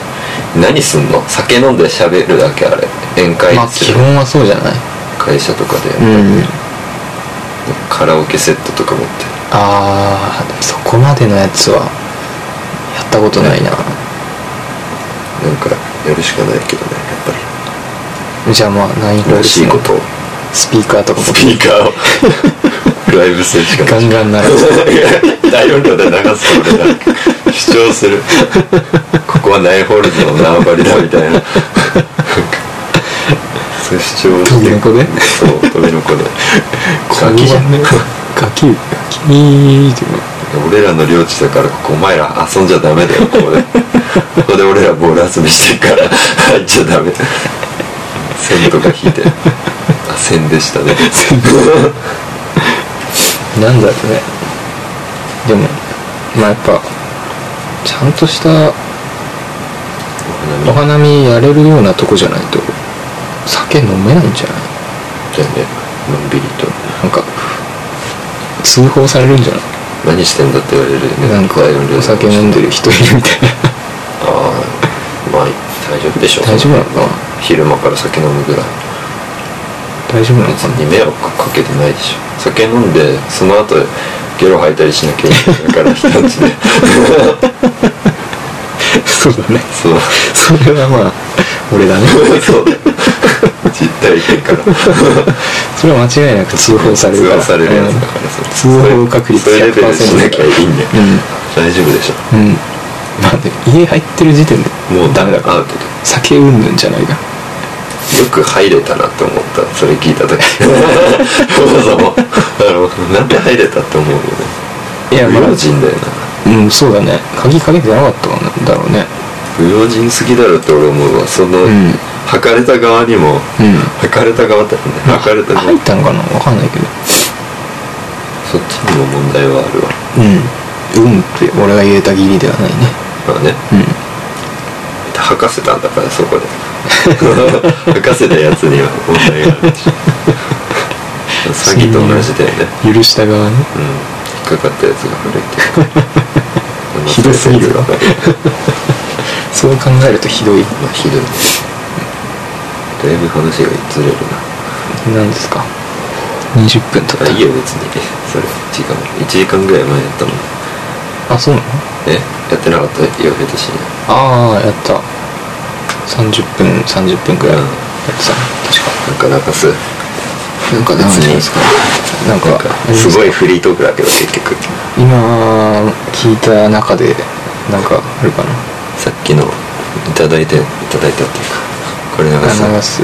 Speaker 2: 何すんの酒飲んで喋るだけあれ宴会
Speaker 3: まあ
Speaker 2: す
Speaker 3: 基
Speaker 2: る、
Speaker 3: 本はそうじゃない
Speaker 2: 会社とかで、
Speaker 3: うん
Speaker 2: カラオケセットとか持って
Speaker 3: ああそこまでのやつはやったことないな、
Speaker 2: なんかやるしかないけどねやっぱり
Speaker 3: じゃあまあ何か
Speaker 2: らしいことを
Speaker 3: スピーカーとかも
Speaker 2: スピーカーをライブするしか
Speaker 3: ガ
Speaker 2: ない
Speaker 3: ンガンなる
Speaker 2: 大音量で流すと俺が主張するここはナイホールズの縄張りだみたいな そう主張
Speaker 3: 飛
Speaker 2: して
Speaker 3: びの子で
Speaker 2: そう飛びの子で
Speaker 3: ガキじゃねガキガキって
Speaker 2: 俺らの領地だからここお前ら遊んじゃダメだよここでここで俺らボール遊びしてるから入っちゃダメ線とか引いてあ線でしたね
Speaker 3: なんだろうねでもまあやっぱちゃんとしたお
Speaker 2: 分かんない
Speaker 3: 花見やれるようなとこじゃないと酒飲めないんじゃない
Speaker 2: ねのんびりと
Speaker 3: なんか通報されるんじゃない
Speaker 2: 何してんだって言われるよね
Speaker 3: なんか
Speaker 2: 大音量で
Speaker 3: お酒飲んでる人いるみたいな
Speaker 2: ああまあ大丈夫でしょう
Speaker 3: 大丈夫なのかな
Speaker 2: 昼間から酒飲むぐらい
Speaker 3: 大丈夫なの
Speaker 2: 別
Speaker 3: かな
Speaker 2: に迷惑かけてないでしょ酒飲んでその後ゲロ吐いたりしなきゃいけないから人んちで
Speaker 3: そうだね
Speaker 2: そう
Speaker 3: それはまあ俺だね
Speaker 2: そう実体験から
Speaker 3: それは間違いなく通報される
Speaker 2: 通
Speaker 3: から
Speaker 2: 話されるやつだからそう
Speaker 3: 通報確率
Speaker 2: それレベルしなきゃいいんだよ
Speaker 3: うん
Speaker 2: 大丈夫でしょ
Speaker 3: うんまあでも家入ってる時点で
Speaker 2: もう
Speaker 3: ダメだ
Speaker 2: ア
Speaker 3: か
Speaker 2: ウト
Speaker 3: ら酒うんぬんじゃないか
Speaker 2: よく入れたなって思ったそれ聞いた時そもそもあのなんで入れたって思うのね
Speaker 3: いや
Speaker 2: 不
Speaker 3: まあ
Speaker 2: 用心だよな
Speaker 3: うんそうだね鍵かけてなかったんだろうね
Speaker 2: 不用心すぎだろって俺思うわその、
Speaker 3: うん
Speaker 2: 履かれた側にも、
Speaker 3: うん
Speaker 2: 履かれた側だよね履かれた側
Speaker 3: 入ったのかなわかんないけど
Speaker 2: そっちにも問題はあるわ
Speaker 3: うん運って俺が入れた義理ではないね
Speaker 2: まあね
Speaker 3: うん
Speaker 2: 吐かせたんだからそこ で吐かせたやつには問題があるし詐欺と同じだよね
Speaker 3: 許した側ね
Speaker 2: うん引っかかったやつが古いっていう
Speaker 3: ひどすぎるわ
Speaker 2: まあ
Speaker 3: そう考えるとひどい
Speaker 2: ひどいだいぶ話がずれる
Speaker 3: なんですか20分と
Speaker 2: な
Speaker 3: か
Speaker 2: あいいよ別にそれ時間1時間ぐらい前やったもん
Speaker 3: あそうなの
Speaker 2: えやってなかったよヘトシに
Speaker 3: ああやった30分30分ぐらい
Speaker 2: うん
Speaker 3: やってたの確か
Speaker 2: なんかなんかす
Speaker 3: なんか
Speaker 2: 別
Speaker 3: 別
Speaker 2: に
Speaker 3: になん
Speaker 2: なん
Speaker 3: か
Speaker 2: かすごいフリートークだけど結局
Speaker 3: 今聞いた中でなんかあるかな
Speaker 2: さっきのいただいていただいたっていうかこれ流
Speaker 3: 流
Speaker 2: す
Speaker 3: す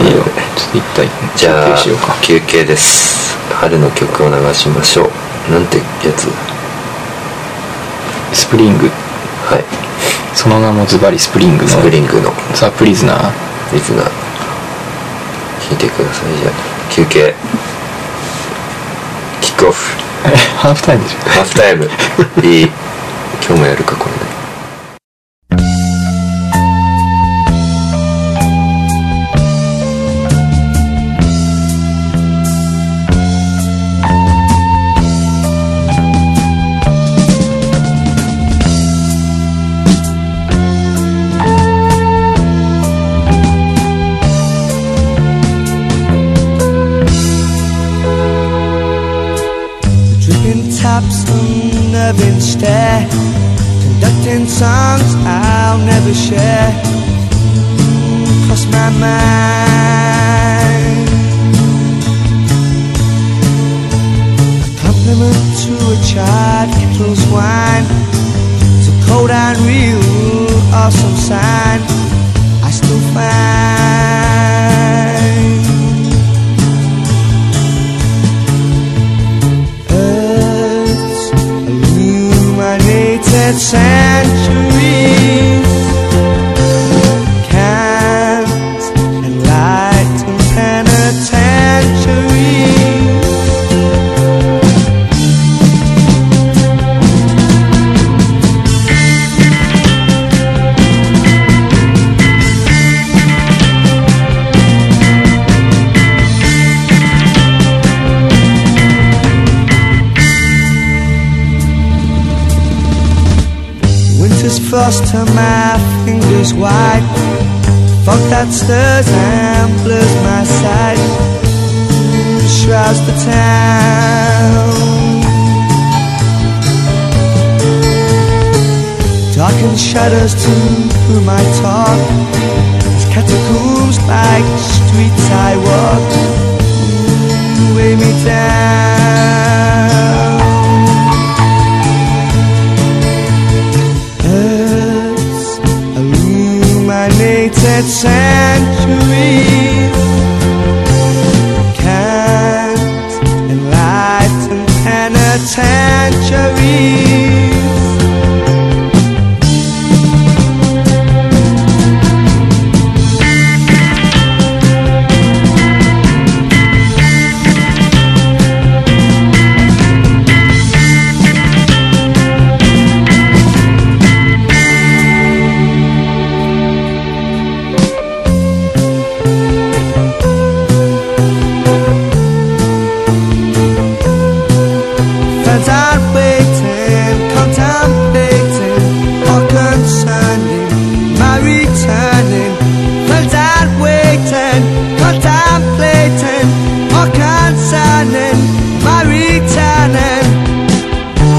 Speaker 3: いいよちょっと一体
Speaker 2: じゃあ
Speaker 3: しようか
Speaker 2: 休憩です春の曲を流しましょうなんてやつ
Speaker 3: スプリング
Speaker 2: はい
Speaker 3: その名もズバリスプリングの
Speaker 2: スプリングの
Speaker 3: ザ・プリズナー
Speaker 2: リズナー聞いてくださいじゃあ休憩キックオフ
Speaker 3: えハーフタイムでしょ
Speaker 2: ハーフタイムいい今日もやるかこれね
Speaker 4: Dripping taps on the bench there Conducting songs I'll never share Cross my mind A compliment to a charred kettle's wine So cold and real awesome sign I still find Earth's illuminated centuries can't enlighten penitentiaries. Winter's frost to my fingers white. Fog that stirs and blurs my sight. Shrouds the town. Darkened shadows to whom I talk. As catacombs like streets I walk. Weigh me down. Earth's illuminated centuries can't enlighten penitentiaries. Contemplating, contemplating, all concerning my returning. Felt out waiting, contemplating, all concerning my returning.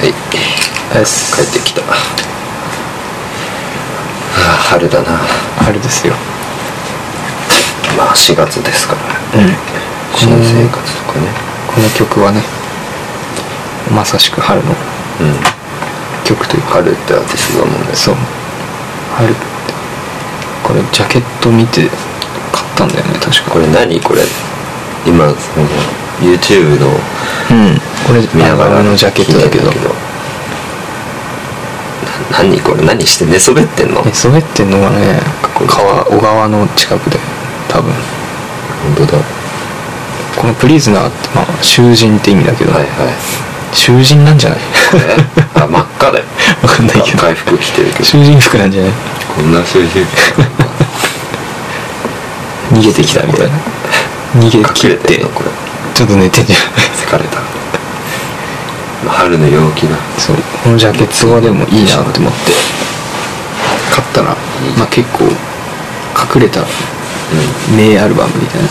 Speaker 3: です
Speaker 2: 帰ってきたはあ春だな
Speaker 3: 春ですよ
Speaker 2: まあ4月ですから、新生活とかね
Speaker 3: この曲はねまさしく春の
Speaker 2: うん
Speaker 3: 曲というか
Speaker 2: 春ってアーティストだもんね
Speaker 3: そう春ってこれジャケット見て買ったんだよね確か
Speaker 2: これ何これ今その YouTube の
Speaker 3: うんこれ
Speaker 2: 見な
Speaker 3: ア
Speaker 2: が
Speaker 3: ルバ
Speaker 2: ら
Speaker 3: ムのジャケットだけど
Speaker 2: 聞いてんな何これ何して寝そべってんの
Speaker 3: 寝そべってんのがね川小川の近くで多分
Speaker 2: 本当だは
Speaker 3: このプリズナーってまあ囚人って意味だけど、
Speaker 2: いはい
Speaker 3: 囚人なんじゃない
Speaker 2: これあ真っ赤だよ
Speaker 3: わかん ないけど
Speaker 2: 赤い服着てるけど
Speaker 3: 囚人服なんじゃない
Speaker 2: こんな収集
Speaker 3: 逃げてきたみたいな逃げ切
Speaker 2: 隠れ
Speaker 3: ってて
Speaker 2: んのこれ
Speaker 3: ちょっと寝てんじゃない
Speaker 2: 疲れた春の陽気だ
Speaker 3: そうこのジャケットはでもいいなって思って買ったら、まあ、結構隠れた
Speaker 2: う
Speaker 3: 名アルバムみたいなん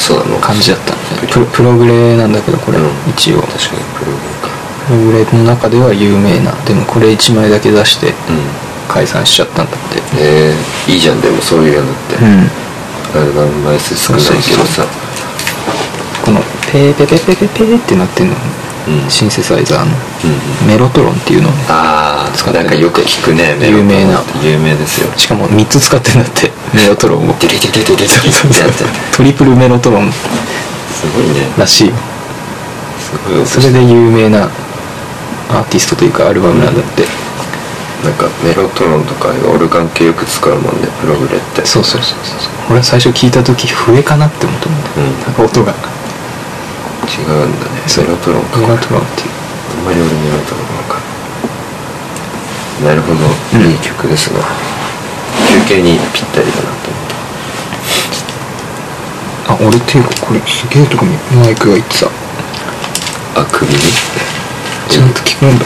Speaker 2: そうだもう
Speaker 3: 感じだったんでプロプログレなんだけどこれ、
Speaker 2: うん
Speaker 3: 一応
Speaker 2: 確かにプログか
Speaker 3: プログレの中では有名なでもこれ1枚だけ出して
Speaker 2: うん
Speaker 3: 解散しちゃったんだって
Speaker 2: えー、いいじゃんでもそういうのって、
Speaker 3: うん
Speaker 2: アルバム枚数少ないけどさ
Speaker 3: このペーペペペペペーってなってるの、
Speaker 2: うん
Speaker 3: シンセサイザーの
Speaker 2: うんうん
Speaker 3: メロトロンっていうのをね
Speaker 2: ああなんかよく聞くねメロ
Speaker 3: 有
Speaker 2: ン
Speaker 3: 名な
Speaker 2: 有名ですよ
Speaker 3: しかも3つ使ってんだってメロトロンを
Speaker 2: デレデレデレデレ
Speaker 3: そうそう
Speaker 2: って
Speaker 3: そ
Speaker 2: や
Speaker 3: う
Speaker 2: つ
Speaker 3: トリプルメロトロン
Speaker 2: すごいね
Speaker 3: らしいよ
Speaker 2: すごい
Speaker 3: それで有名なアーティストというかアルバムなんだって、
Speaker 2: なんかメロトロンとかオルガン系よく使うもんねプログレって
Speaker 3: そうそうそうそうそう俺最初聞いた時笛かなって思ったもんだ、
Speaker 2: うん
Speaker 3: なんか音が
Speaker 2: 違うんだね
Speaker 3: そう
Speaker 2: メロトロンか
Speaker 3: メロトロンっていう
Speaker 2: あんまり俺メロトロンわかんないなるほど、
Speaker 3: うん
Speaker 2: いい曲ですが休憩にぴったりだなと思った
Speaker 3: あ俺っていうかこれすげえとこにマイクがいってた
Speaker 2: あ首に
Speaker 3: ちゃんと聞くんだ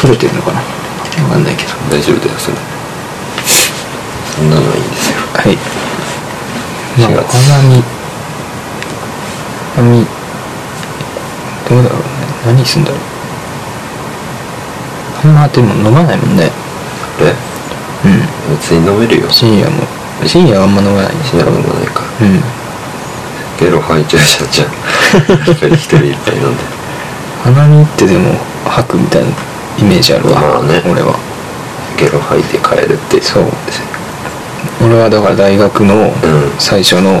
Speaker 3: 取れてるのかなわかんないけど
Speaker 2: 大丈夫だよそれそんなのはいいんですよ
Speaker 3: はい
Speaker 2: 4
Speaker 3: まあ
Speaker 2: 月
Speaker 3: お花見花見どうだろうね何すんだろうあんまでも飲まないもんね
Speaker 2: これ
Speaker 3: うん
Speaker 2: 別に飲めるよ
Speaker 3: 深夜も深夜はあんま飲まないし
Speaker 2: 死なるものないか
Speaker 3: うん
Speaker 2: ゲロ吐いちゃうじゃんじゃん 一人いっぱい飲んで
Speaker 3: 花見ってでも吐くみたいなイメージあるわ、
Speaker 2: まあね
Speaker 3: 俺は
Speaker 2: ゲロ吐いて帰るって
Speaker 3: そう俺はだから大学の
Speaker 2: ん
Speaker 3: 最初の、
Speaker 2: うんは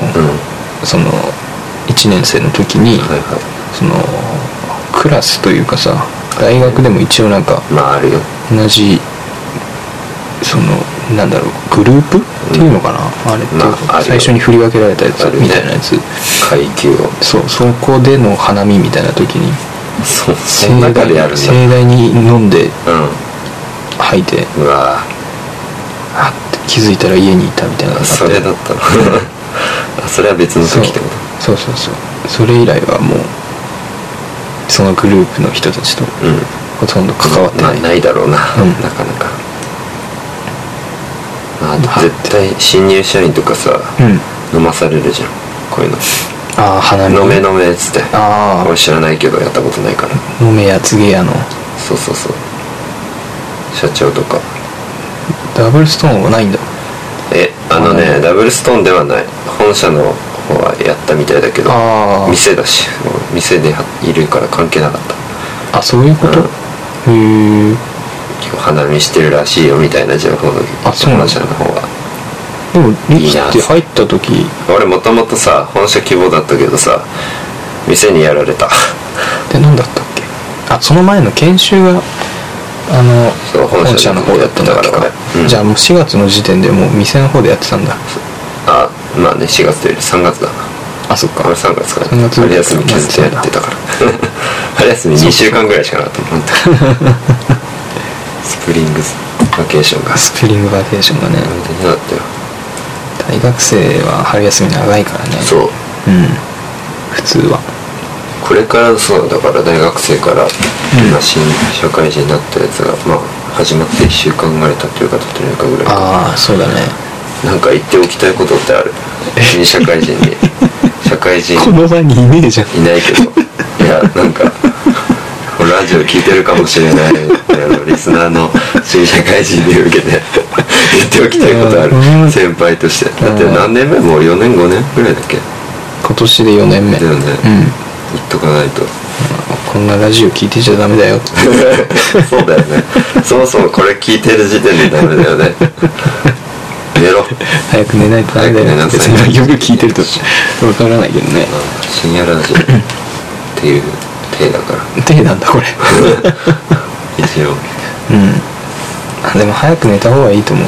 Speaker 3: その1年生の時に、
Speaker 2: いは
Speaker 3: そのクラスというかさ大学でも一応なんか
Speaker 2: いまああるよ
Speaker 3: 同じそのなんだろうグループっていうのかな、あれっていう
Speaker 2: まあある
Speaker 3: か
Speaker 2: よ
Speaker 3: 最初に振り分けられたやつ
Speaker 2: あるよ
Speaker 3: みたいなやつ
Speaker 2: 階級を
Speaker 3: そうそこでの花見みたいな時に
Speaker 2: そうその中でやるんだ
Speaker 3: 盛大に飲んで
Speaker 2: う
Speaker 3: 吐いて
Speaker 2: んうわ
Speaker 3: あって気づいたら家にいたみたいなのが
Speaker 2: ー
Speaker 3: あって
Speaker 2: それだったのあ それは別の
Speaker 3: そう
Speaker 2: 時ってこと
Speaker 3: そうそうそうそれ以来はもうそのグループの人たちと
Speaker 2: うん
Speaker 3: ほとんど関わってない、
Speaker 2: まあないだろうな、
Speaker 3: うん
Speaker 2: なかなかま
Speaker 3: は
Speaker 2: あ絶対新入社員とかさ、
Speaker 3: うん
Speaker 2: 飲まされるじゃんこういうの
Speaker 3: ああ花見
Speaker 2: 飲め飲めっつって
Speaker 3: あ
Speaker 2: 俺知らないけどやったことないから
Speaker 3: あ飲めやつげやの
Speaker 2: そうそうそう社長とか
Speaker 3: ダブルストーンはないんだ
Speaker 2: えあの
Speaker 3: あ
Speaker 2: ね
Speaker 3: の
Speaker 2: ダブルストーンではない本社の方はやったみたいだけど
Speaker 3: あー
Speaker 2: 店だしもう店でいるから関係なかった
Speaker 3: あそういうこと、へえ
Speaker 2: 結構花見してるらしいよみたいな情報の
Speaker 3: あそうなん
Speaker 2: 本
Speaker 3: だ
Speaker 2: 社の方が
Speaker 3: でも
Speaker 2: い
Speaker 3: 力
Speaker 2: いな
Speaker 3: って入った時
Speaker 2: 俺もともとさ本社希望だったけどさ店にやられた
Speaker 3: って何だったっけあその前の研修があの
Speaker 2: そう本
Speaker 3: 本
Speaker 2: 社
Speaker 3: 社
Speaker 2: の
Speaker 3: の
Speaker 2: 方
Speaker 3: 方
Speaker 2: だ
Speaker 3: だ
Speaker 2: っ
Speaker 3: ったたん
Speaker 2: か
Speaker 3: だ
Speaker 2: ら
Speaker 3: っけか、
Speaker 2: 俺うん
Speaker 3: じゃあもう4月の時点でもう店の方でやってたんだ
Speaker 2: あまあね4月というより3月だな
Speaker 3: あそっか
Speaker 2: 俺3月から
Speaker 3: 三月
Speaker 2: 春休み削ってやってたから 春休み2週間ぐらいしかなかった もん本当にスプリングバケーションが
Speaker 3: スプリングバケーションがね
Speaker 2: 本当に嫌だったよ
Speaker 3: 大学生は春休み長いからね
Speaker 2: そう
Speaker 3: うん普通は
Speaker 2: これからそうだから大学生から
Speaker 3: ん
Speaker 2: 今新社会人になったやつが、まあ始まって1週間ぐらい経ってるか経ってないかぐらい
Speaker 3: ああそうだね
Speaker 2: なんか言っておきたいことってある新社会人 に社会人
Speaker 3: この場にいねえじゃん
Speaker 2: い ないけどいやなんか俺のラジオ聞いてるかもしれないあのリスナーの新社会人に向けて言っておきたいことあ
Speaker 3: う
Speaker 2: る
Speaker 3: ん
Speaker 2: 先輩としてだって何年目もう4年5年ぐらいだっけ
Speaker 3: 今年で4年目
Speaker 2: だよね
Speaker 3: うん
Speaker 2: 言っとかないと
Speaker 3: こんなラジオ聞いてちゃダメだ よ
Speaker 2: そうだよねそもそもこれ聞いてる時点でダメだよね寝ろ
Speaker 3: 早く寝ないとダメだ
Speaker 2: 早く寝
Speaker 3: よ
Speaker 2: なさい
Speaker 3: 別によく聞いてるとわからないけどね
Speaker 2: 深夜ラジオっていう体だから
Speaker 3: 手なんだ これ
Speaker 2: 一応
Speaker 3: うんあでも早く寝た方がいいと思う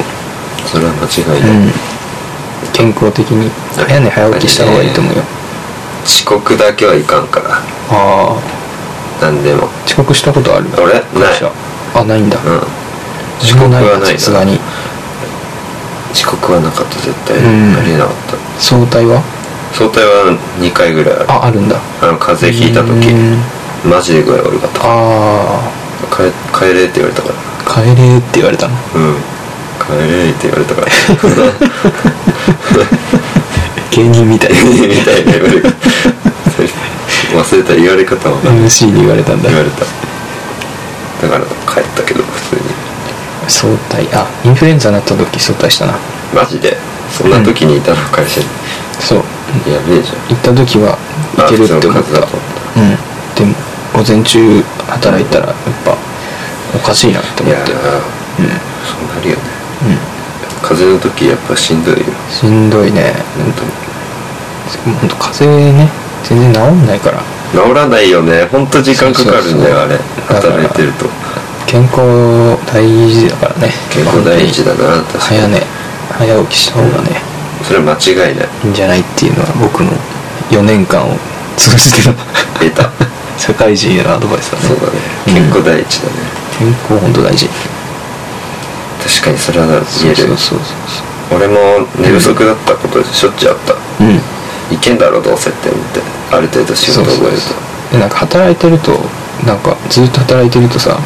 Speaker 2: それは間違いな
Speaker 3: う
Speaker 2: い、
Speaker 3: ん健康的に早寝早起きした方がいいと思うよ
Speaker 2: 遅刻だけはいかんから
Speaker 3: あ
Speaker 2: 何でも
Speaker 3: あ遅刻したことある
Speaker 2: 俺ない
Speaker 3: あないんだ
Speaker 2: うん
Speaker 3: 自分もない
Speaker 2: 遅刻は
Speaker 3: わ
Speaker 2: ない
Speaker 3: さ
Speaker 2: な
Speaker 3: すがに
Speaker 2: 遅刻はなかった絶対、
Speaker 3: うん
Speaker 2: ありえなかった
Speaker 3: 早退は
Speaker 2: 早退は2回ぐらいある
Speaker 3: ああるんだ
Speaker 2: あの風邪ひいた時
Speaker 3: うん
Speaker 2: マジで具合悪かった
Speaker 3: あ
Speaker 2: 帰帰れって言われたから
Speaker 3: あ帰れって言われたの
Speaker 2: うん帰れって言われたから
Speaker 3: 芸 人みたい
Speaker 2: みたいな言われ方忘れた言われ方はな
Speaker 3: MC に言われたんだ
Speaker 2: 言われただから帰ったけど普通に
Speaker 3: 早退あインフルエンザになった時早退したな
Speaker 2: マジでそんな時にいたの会社に、
Speaker 3: そう
Speaker 2: やべえじゃん
Speaker 3: 行った時はいけるって思
Speaker 2: あ
Speaker 3: っ
Speaker 2: 普通の風邪
Speaker 3: た
Speaker 2: だと思っ
Speaker 3: うんでも午前中働いたらやっぱおかしいなって
Speaker 2: たい
Speaker 3: 思っ
Speaker 2: やー
Speaker 3: てうんう
Speaker 2: そうなるよね
Speaker 3: ん
Speaker 2: 風邪の時やっぱしんどいよ
Speaker 3: しんどいね
Speaker 2: 本当に
Speaker 3: ほんと風邪ね全然治んないから
Speaker 2: 治らないよね本当時間かかるんだよあれ
Speaker 3: そうそう
Speaker 2: 働いてると
Speaker 3: 健康大事だからね
Speaker 2: 健康第一だな確か
Speaker 3: 早
Speaker 2: に
Speaker 3: 寝早起きした方がね
Speaker 2: それは間違いない
Speaker 3: いんじゃないっていうのは僕の4年間を通じての
Speaker 2: 得た
Speaker 3: 社会人へのアドバイスだね
Speaker 2: そうだね
Speaker 3: うん
Speaker 2: 健康第一だね、
Speaker 3: 健康本当大事
Speaker 2: 確かにそれは言える
Speaker 3: そうそうそう
Speaker 2: 俺も寝不足だったことしょっちゅうあった、
Speaker 3: そううん
Speaker 2: いけんだろどうせって思ってある程度仕事覚えると
Speaker 3: でなんか働いてるとなんかずっと働いてるとさ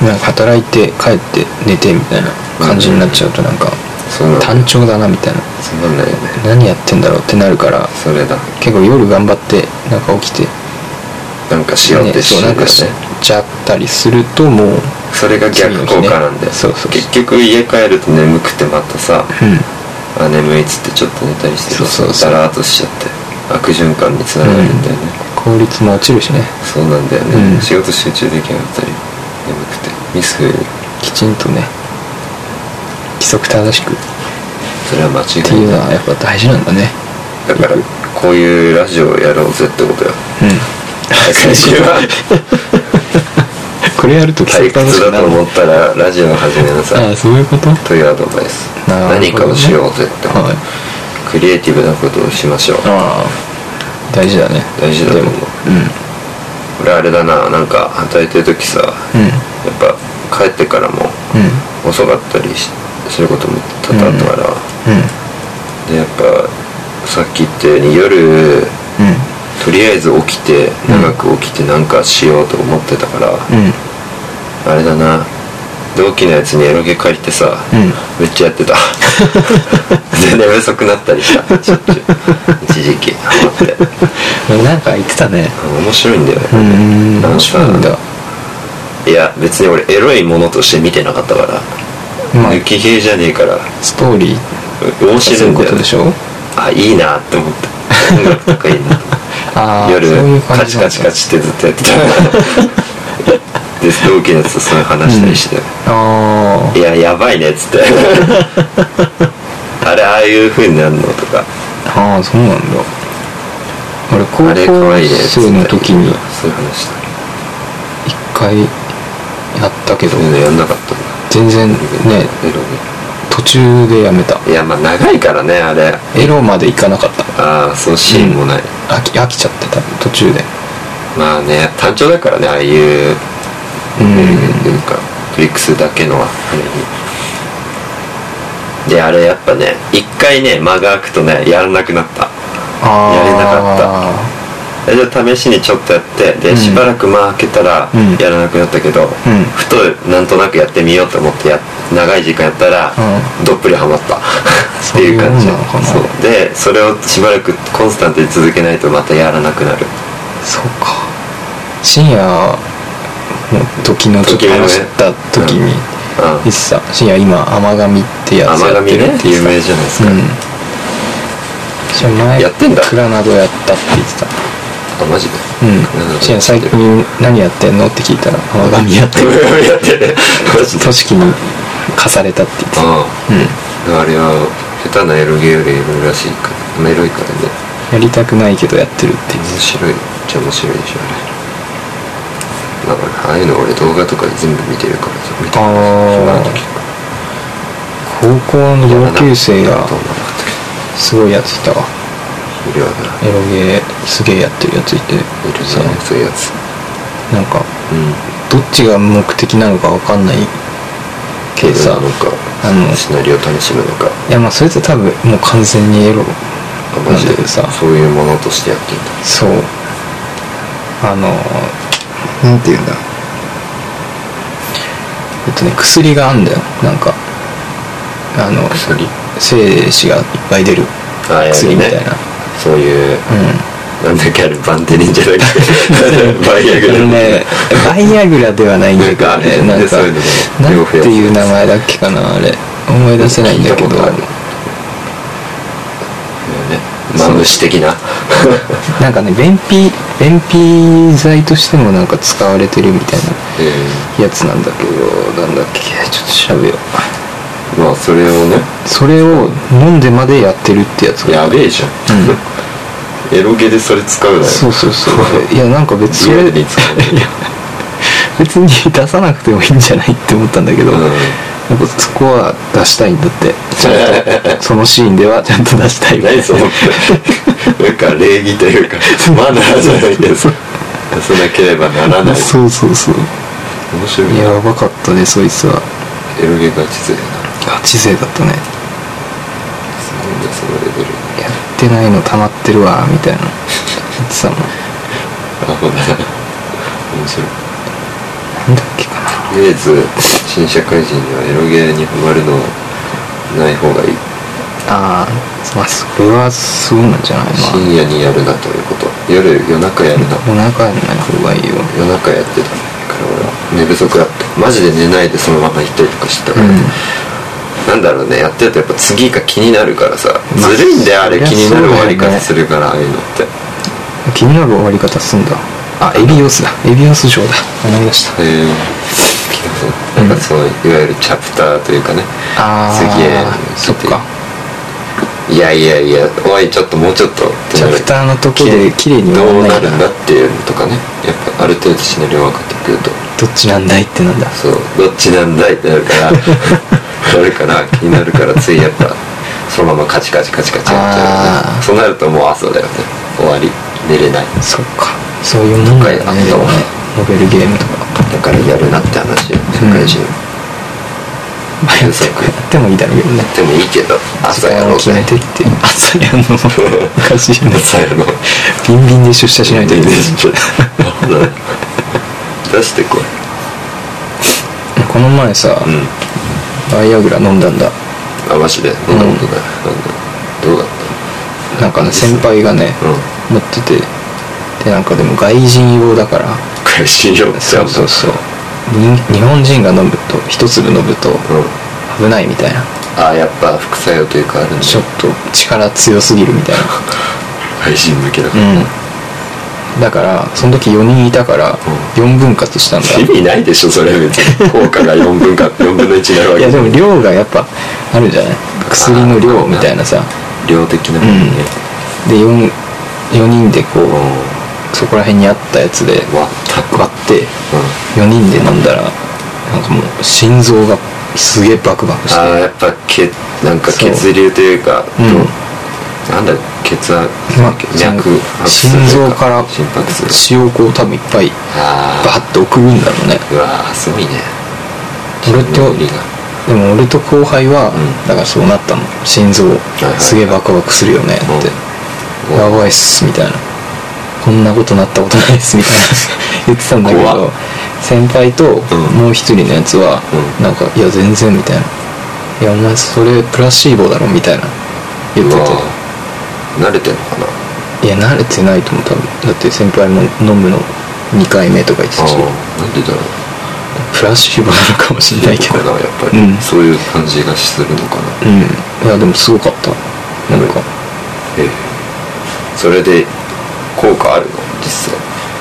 Speaker 3: なんか働いて帰って寝てみたいな感じになっちゃうとなんか
Speaker 2: そうなんだ
Speaker 3: 単調だなみたいな
Speaker 2: つまんないよね
Speaker 3: 何やってんだろうってなるから
Speaker 2: それだ
Speaker 3: 結構夜頑張ってなんか起きて
Speaker 2: なんかしようって
Speaker 3: ね
Speaker 2: し
Speaker 3: そう
Speaker 2: よ
Speaker 3: な
Speaker 2: うん
Speaker 3: かし
Speaker 2: ね
Speaker 3: ちゃったりするともう
Speaker 2: それが逆効果なんだよ、
Speaker 3: 次の日ねそうそう
Speaker 2: 結局家帰ると眠くてまたさ、
Speaker 3: うん
Speaker 2: あ眠いっつってちょっと寝たりして
Speaker 3: そうそうそう
Speaker 2: ダラーっとしちゃって悪循環につながるんだよね、
Speaker 3: 効率も落ちるしね
Speaker 2: そうなんだよね、
Speaker 3: うん
Speaker 2: 仕事集中できなかったり眠くてミス増える
Speaker 3: きちんとね規則正しくっ
Speaker 2: それは間
Speaker 3: てい
Speaker 2: 違
Speaker 3: う
Speaker 2: いな
Speaker 3: のはやっぱ大事なんだね
Speaker 2: いだからこういうラジオをやろうぜってことよ
Speaker 3: うん
Speaker 2: 最初は
Speaker 3: これやると
Speaker 2: 退
Speaker 3: 規則正し
Speaker 2: 屈だ
Speaker 3: くな
Speaker 2: と
Speaker 3: る
Speaker 2: 思ったらラジオを始めな
Speaker 3: あ
Speaker 2: さ
Speaker 3: あ
Speaker 2: い
Speaker 3: そういうこと
Speaker 2: というアドバイス、
Speaker 3: なるほど
Speaker 2: 何
Speaker 3: ね
Speaker 2: かをしようぜってこと、
Speaker 3: はい
Speaker 2: クリエイティブなことをしましょう
Speaker 3: ああ大事だね
Speaker 2: 大事だと思う
Speaker 3: うんうん
Speaker 2: 俺あれだななんか働いてる時さ、やっぱ帰ってからも
Speaker 3: うん
Speaker 2: 遅かったりしすることも多々あったから、
Speaker 3: うん
Speaker 2: でやっぱさっき言ったように夜
Speaker 3: うん
Speaker 2: とりあえず起きて長く起きてなんかしようと思ってたから、
Speaker 3: うん
Speaker 2: あれだな同期のやつにエロゲ借りてさ、
Speaker 3: うん
Speaker 2: めっちゃやって たで寝不足になったりしたしょっちゅう一時期ハマって
Speaker 3: うんなんか言ってたね
Speaker 2: 面白いんだよね
Speaker 3: うん面白いんだ
Speaker 2: いや別に俺エロいものとして見てなかったから、
Speaker 3: まあ
Speaker 2: 抜き兵じゃねえから
Speaker 3: ストーリー
Speaker 2: う面
Speaker 3: そう
Speaker 2: 白
Speaker 3: い
Speaker 2: い
Speaker 3: うんこ
Speaker 2: だよ、
Speaker 3: とで
Speaker 2: ね、
Speaker 3: しょ
Speaker 2: あいいなって思った音楽とかいいな
Speaker 3: ああ
Speaker 2: 夜
Speaker 3: そういう感
Speaker 2: カ
Speaker 3: じ
Speaker 2: チ
Speaker 3: なん
Speaker 2: カ
Speaker 3: だ
Speaker 2: チカチってずっとやってた で同期のやつとそういう話したりして、
Speaker 3: あ
Speaker 2: いややばいねっつって あれああいう風になるのとか
Speaker 3: あああそうなんだ俺高
Speaker 2: あれかわいいね
Speaker 3: 校
Speaker 2: っつって
Speaker 3: 生の時に
Speaker 2: そういう話した
Speaker 3: 一回やったけど
Speaker 2: そういうのやんなかったんだ
Speaker 3: 全然ね
Speaker 2: エロ
Speaker 3: 途中でやめた
Speaker 2: ねいやまあ長いからねあれ
Speaker 3: エロまでいかなかった
Speaker 2: ああそうシーンもない、
Speaker 3: 飽き飽きちゃってた途中で
Speaker 2: まあね単調だからねああいう
Speaker 3: う
Speaker 2: うんなんかフリックスだけのはであれやっぱね一回ね間が空くとねやらなくなった
Speaker 3: ああ
Speaker 2: やれなかえじゃあ試しにちょっとやってで、
Speaker 3: うん
Speaker 2: しばらく間開けたら
Speaker 3: うん
Speaker 2: やらなくなったけど、
Speaker 3: ん
Speaker 2: ふとなんとなくやってみようと思ってや長い時間やったら、
Speaker 3: う
Speaker 2: どっぷりハマったっていう感じ
Speaker 3: そういうもんなのかな
Speaker 2: そうでそれをしばらくコンスタントに続けないとまたやらなくなる
Speaker 3: そうか深夜の時のちょっと
Speaker 2: 時のね
Speaker 3: 話した時に
Speaker 2: うん
Speaker 3: 言ってた深夜今甘神ってやつ
Speaker 2: 甘
Speaker 3: やっ
Speaker 2: 神
Speaker 3: てる
Speaker 2: ね
Speaker 3: って言
Speaker 2: 有
Speaker 3: って
Speaker 2: 名じゃないです
Speaker 3: た
Speaker 2: か、
Speaker 3: うんそれ前
Speaker 2: やってんだ
Speaker 3: クラナドやったって言ってた
Speaker 2: あマジで
Speaker 3: うん深夜最近何やってんのって聞いたら甘神やってる
Speaker 2: 俺やってね マジで
Speaker 3: 組織に課されたって言ってた
Speaker 2: あ
Speaker 3: うん
Speaker 2: ああれは下手なエロゲよりエロいらしいからエロいからね
Speaker 3: やりたくないけどやってるって言って
Speaker 2: 面白いっちゃ面白いでしょあれだからああいうの俺動画とかで全部見てるからさ見て
Speaker 3: あー
Speaker 2: 暇な時
Speaker 3: 高校の同級生が
Speaker 2: どうなのかっ
Speaker 3: すごいやついたわ
Speaker 2: ているわけだ
Speaker 3: エロゲーすげえやってるやついて
Speaker 2: いる
Speaker 3: さ
Speaker 2: ねそういうやつ
Speaker 3: なんか
Speaker 2: うん
Speaker 3: どっちが目的なのかわかんないけど
Speaker 2: な
Speaker 3: さ
Speaker 2: のか
Speaker 3: あの
Speaker 2: シナリオを楽しむのか
Speaker 3: いやまあそれって多分もう完全にエロ
Speaker 2: あマジ
Speaker 3: なんだけ
Speaker 2: で
Speaker 3: どさ
Speaker 2: そういうものとしてやってんだ
Speaker 3: そうあのなんていうんだえっとね薬があんだよなんかあの
Speaker 2: 薬
Speaker 3: 精子がいっぱい出る
Speaker 2: あや
Speaker 3: 薬
Speaker 2: る
Speaker 3: みた
Speaker 2: ね
Speaker 3: いな
Speaker 2: そういう
Speaker 3: うん
Speaker 2: なんだっけあれバンテリンじゃなくて バイアグ
Speaker 3: あ
Speaker 2: ラ
Speaker 3: のね、バイアグラではないんだけどね、
Speaker 2: な
Speaker 3: なんん
Speaker 2: か
Speaker 3: か、
Speaker 2: あれねそう
Speaker 3: な
Speaker 2: いうのも
Speaker 3: んていう名前だっけかな、あれ。思い出せないんだけ
Speaker 2: 聞
Speaker 3: ど
Speaker 2: いた、ことあるねマムシ的な
Speaker 3: なんかね、便秘、便秘剤としてもなんか使われてるみたい
Speaker 2: え
Speaker 3: なやつなんだけど、なんだっけ、ちょっと調べよう。
Speaker 2: ーまあそれをね
Speaker 3: それを飲んでまでやってるってやつが。
Speaker 2: やべえじゃん、 エロゲでそれ使うなよ
Speaker 3: そうそ う そう。いや、なんか別に、
Speaker 2: リアル
Speaker 3: それ
Speaker 2: に使う
Speaker 3: いや別に出さなくてもいいんじゃないって思ったんだけど、
Speaker 2: うん
Speaker 3: やっぱそこは出したいんだってちゃん とそのシーンではちゃんと出したいみたい
Speaker 2: 何
Speaker 3: な
Speaker 2: そのなんか礼儀というかマナーじゃないけど出さなければならない
Speaker 3: そうそうそう
Speaker 2: 面白いな
Speaker 3: やばかったねそいつは
Speaker 2: エロゲガチ勢だな
Speaker 3: ガチ勢だったね
Speaker 2: すごいんだそのレベル
Speaker 3: やってないの溜まってるわみたいな言ってたの
Speaker 2: あほんだ面白い
Speaker 3: なんだっけかな
Speaker 2: とりあえず新社会人にはエロゲーにハマるのはない方がいい
Speaker 3: ああまあそれはそうなんじゃない
Speaker 2: 深夜にやるなということ夜夜中やるな
Speaker 3: まあお腹やんない方がいいよ
Speaker 2: 夜中やってたから俺は寝不足だったマジで寝ないでそのまま行ったりとかしてたから、
Speaker 3: うん
Speaker 2: なんだろうねやってるとやっぱ次が気になるからさ、
Speaker 3: まあ
Speaker 2: ずるいんだよあれ
Speaker 3: そりゃ
Speaker 2: 気になる終わり
Speaker 3: そうだよ
Speaker 2: 方
Speaker 3: ね
Speaker 2: するからああいうのってへ
Speaker 3: 気になる終わり方すんだあエビオスだエビオス城だ思い出した
Speaker 2: えなんかそういわゆるチャプターというかね
Speaker 3: あー
Speaker 2: 次へ
Speaker 3: そっか
Speaker 2: いやいやいやおいちょっともうちょっと
Speaker 3: チャプターのとこで綺麗に終わ
Speaker 2: どうなん
Speaker 3: らないだ
Speaker 2: るんだっていうのとかねやっぱある程度シナリオ分かってくると
Speaker 3: どっちなんだいってなんだ
Speaker 2: そうどっちなんだいってなるから なるから気になるからついやっぱそのままカチカチカチカチやっちゃうよ
Speaker 3: あー
Speaker 2: ねそうなるともう朝だよね終わり寝れない
Speaker 3: そっかそういうもんだよ
Speaker 2: とか
Speaker 3: ね
Speaker 2: やっ
Speaker 3: で
Speaker 2: た
Speaker 3: も
Speaker 2: わ
Speaker 3: ねノベルゲームとか
Speaker 2: だからやるなって話よ社会人、
Speaker 3: まあや
Speaker 2: 原
Speaker 3: って
Speaker 2: 則
Speaker 3: やってもいいだろうけどね
Speaker 2: でもいいけど朝やろう
Speaker 3: 時間を決め
Speaker 2: ぜ
Speaker 3: てっていう朝やんのもおかし いよね
Speaker 2: 朝やろう
Speaker 3: ビンビンで出社しないといけない
Speaker 2: 出してこい
Speaker 3: この前さ、
Speaker 2: うん
Speaker 3: バイアグラ飲んだんだ
Speaker 2: あマジでそんなことない、なんだどうだっ
Speaker 3: なんかね先輩がね、持っててでなんかでも外人用だから
Speaker 2: たこれ信用って
Speaker 3: そうそうそうに日本人が飲むと一粒飲むと
Speaker 2: うん
Speaker 3: 危ないみたいな
Speaker 2: あやっぱ副作用というかあるんで
Speaker 3: ちょっと力強すぎるみ たいな
Speaker 2: 配信向けだから、
Speaker 3: うんだからその時4人いたから4分割したんだ、
Speaker 2: 意味ないでしょそれ別に効果が4分 か4分の1になるわ
Speaker 3: い
Speaker 2: け
Speaker 3: やでも量がやっぱあるじゃない薬の量みたいなさ
Speaker 2: 量的な
Speaker 3: う
Speaker 2: もん
Speaker 3: ん
Speaker 2: ね、
Speaker 3: で 4, 4人でこう
Speaker 2: うん、
Speaker 3: そこら辺にあったやつで
Speaker 2: 割った
Speaker 3: 割って4人で飲んだらなんかもう心臓がすげえバクバクし
Speaker 2: あ
Speaker 3: て
Speaker 2: あやっぱ血なんか
Speaker 3: そう
Speaker 2: 血流というか
Speaker 3: うん
Speaker 2: なんだ血圧、
Speaker 3: まあ
Speaker 2: 脈拍数とい
Speaker 3: 心
Speaker 2: う
Speaker 3: 臓から
Speaker 2: 心拍数
Speaker 3: 血をこう多分いっぱい
Speaker 2: あ
Speaker 3: バーッと送るんだろうね
Speaker 2: あうわーすごいね
Speaker 3: 俺と
Speaker 2: 無理が
Speaker 3: でも俺と後輩は、
Speaker 2: うん
Speaker 3: だからそうなったの心臓
Speaker 2: いはい
Speaker 3: すげえバクバクするよねって、
Speaker 2: うん
Speaker 3: やばいっすみたいなこんなことなったことないっすみたいな 言ってたんだけ
Speaker 2: 怖っ
Speaker 3: ど先輩と
Speaker 2: うん
Speaker 3: もう一人のやつは、
Speaker 2: うん
Speaker 3: なんか「いや全然」みたいな「いやお前それプラシーボだろ」みたいな言って
Speaker 2: うわ
Speaker 3: て
Speaker 2: ー慣れてんのかない
Speaker 3: や慣れてないと思う多分だって先輩も飲むの2回目とか言って
Speaker 2: あ
Speaker 3: たし
Speaker 2: あなんでだろう
Speaker 3: プラシーボなのかもしれないけ
Speaker 2: か
Speaker 3: ど
Speaker 2: なやっぱり、
Speaker 3: うん
Speaker 2: そういう感じがするのかな
Speaker 3: うんいやでもすごかったなんか
Speaker 2: ええそれで効果あるの実際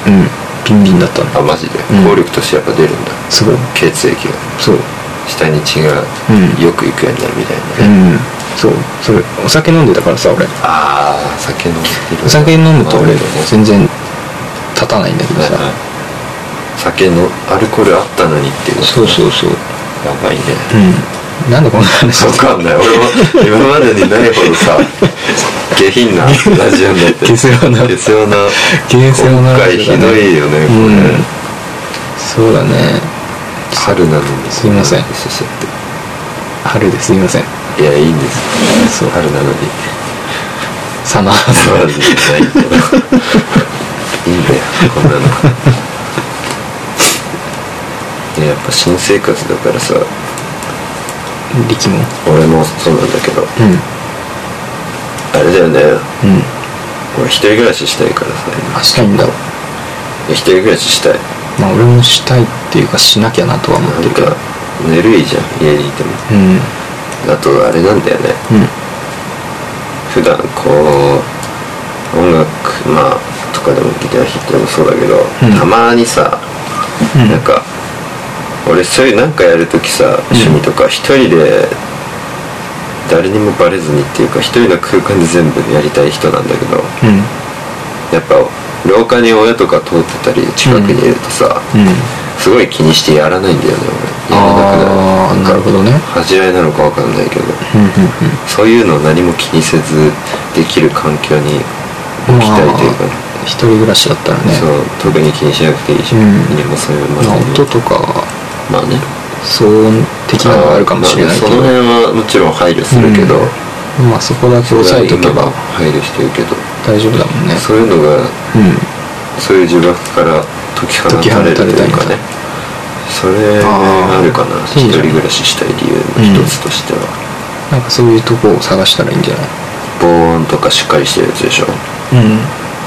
Speaker 3: うんビンビンだったね
Speaker 2: あマジで、
Speaker 3: うん
Speaker 2: 効力としてやっぱ出るんだ
Speaker 3: すごい
Speaker 2: 血液が
Speaker 3: そう
Speaker 2: 下に血が
Speaker 3: うん
Speaker 2: よく行くようになるみたいなね、
Speaker 3: うんそうそれお酒飲んでたからさ俺
Speaker 2: ああ酒飲む
Speaker 3: お酒飲むと俺
Speaker 2: 全
Speaker 3: 全然立たないんだけどさ
Speaker 2: 酒のアルコールあったのにっていう
Speaker 3: そうそうそう
Speaker 2: やばいね
Speaker 3: うんなんでこんな話を
Speaker 2: わかんない俺も今までにないほど さ下品なラジオになって
Speaker 3: 下世話な
Speaker 2: 下世話な
Speaker 3: 下世話な
Speaker 2: 今
Speaker 3: ラ
Speaker 2: 回
Speaker 3: ジオ
Speaker 2: ひ
Speaker 3: だね
Speaker 2: どいよねこ
Speaker 3: う
Speaker 2: れ、
Speaker 3: んそうだね
Speaker 2: 春なのに
Speaker 3: すいません
Speaker 2: そしちゃって
Speaker 3: 春ですいません
Speaker 2: いやいいんです
Speaker 3: そう
Speaker 2: 春なのに
Speaker 3: サマ ー
Speaker 2: そうなんじゃないけどいいんだよこんなのねやっぱ新生活だからさ
Speaker 3: 力も
Speaker 2: 俺もそうなんだけど
Speaker 3: うん
Speaker 2: あれだよね
Speaker 3: うん
Speaker 2: 俺一人暮らししたいからさ
Speaker 3: あしたいんだ
Speaker 2: 一人暮らししたい
Speaker 3: まあ俺もしたいっていうかしなきゃなとは思っ
Speaker 2: な
Speaker 3: て
Speaker 2: ん
Speaker 3: るけど
Speaker 2: かぬるいじゃん家にいても
Speaker 3: うんうん
Speaker 2: あとあれなんだよね普段こう音楽まあとかでもギター弾いてもそうだけど、
Speaker 3: うん
Speaker 2: たまにさ、
Speaker 3: うん
Speaker 2: なんか俺そういうなんかやるときさ趣味とか一人で誰にもバレずにっていうか一人の空間で全部やりたい人なんだけど
Speaker 3: うん
Speaker 2: やっぱ廊下に親とか通ってたり近くにいるとさ、
Speaker 3: うん
Speaker 2: すごい気にしてやらないんだよね俺やらな
Speaker 3: あ
Speaker 2: く
Speaker 3: ー
Speaker 2: なる
Speaker 3: なるほどね
Speaker 2: 恥じらいなのかわかんないけど
Speaker 3: うんうん
Speaker 2: そういうのを何も気にせずできる環境に
Speaker 3: うん
Speaker 2: 置きたいというか
Speaker 3: ま
Speaker 2: ね、
Speaker 3: あ一人暮らしだったらね
Speaker 2: そう特に気にしなくていいし、
Speaker 3: うん
Speaker 2: 家もそういうも
Speaker 3: ま
Speaker 2: の
Speaker 3: あ音とか
Speaker 2: まあね
Speaker 3: 騒音的なのがあるかもしれないけ
Speaker 2: ま
Speaker 3: ど
Speaker 2: あねその辺はもちろん配慮するけど、
Speaker 3: うんまあそこだけ
Speaker 2: そう
Speaker 3: 押さえとけ
Speaker 2: 今
Speaker 3: ば
Speaker 2: は配慮してるけど、
Speaker 3: 大丈夫だもんね
Speaker 2: そういうのが
Speaker 3: うん
Speaker 2: そういう呪縛から解き放たれるというかね
Speaker 3: 解き放たれたりと
Speaker 2: それがあるかな
Speaker 3: あー
Speaker 2: 一
Speaker 3: いいじゃ
Speaker 2: 人
Speaker 3: ん
Speaker 2: 暮らししたい理由の一つとしては、
Speaker 3: なんかそういうとこを探したらいいんじゃない
Speaker 2: 防音とかしっかりしてるやつでしょ
Speaker 3: うん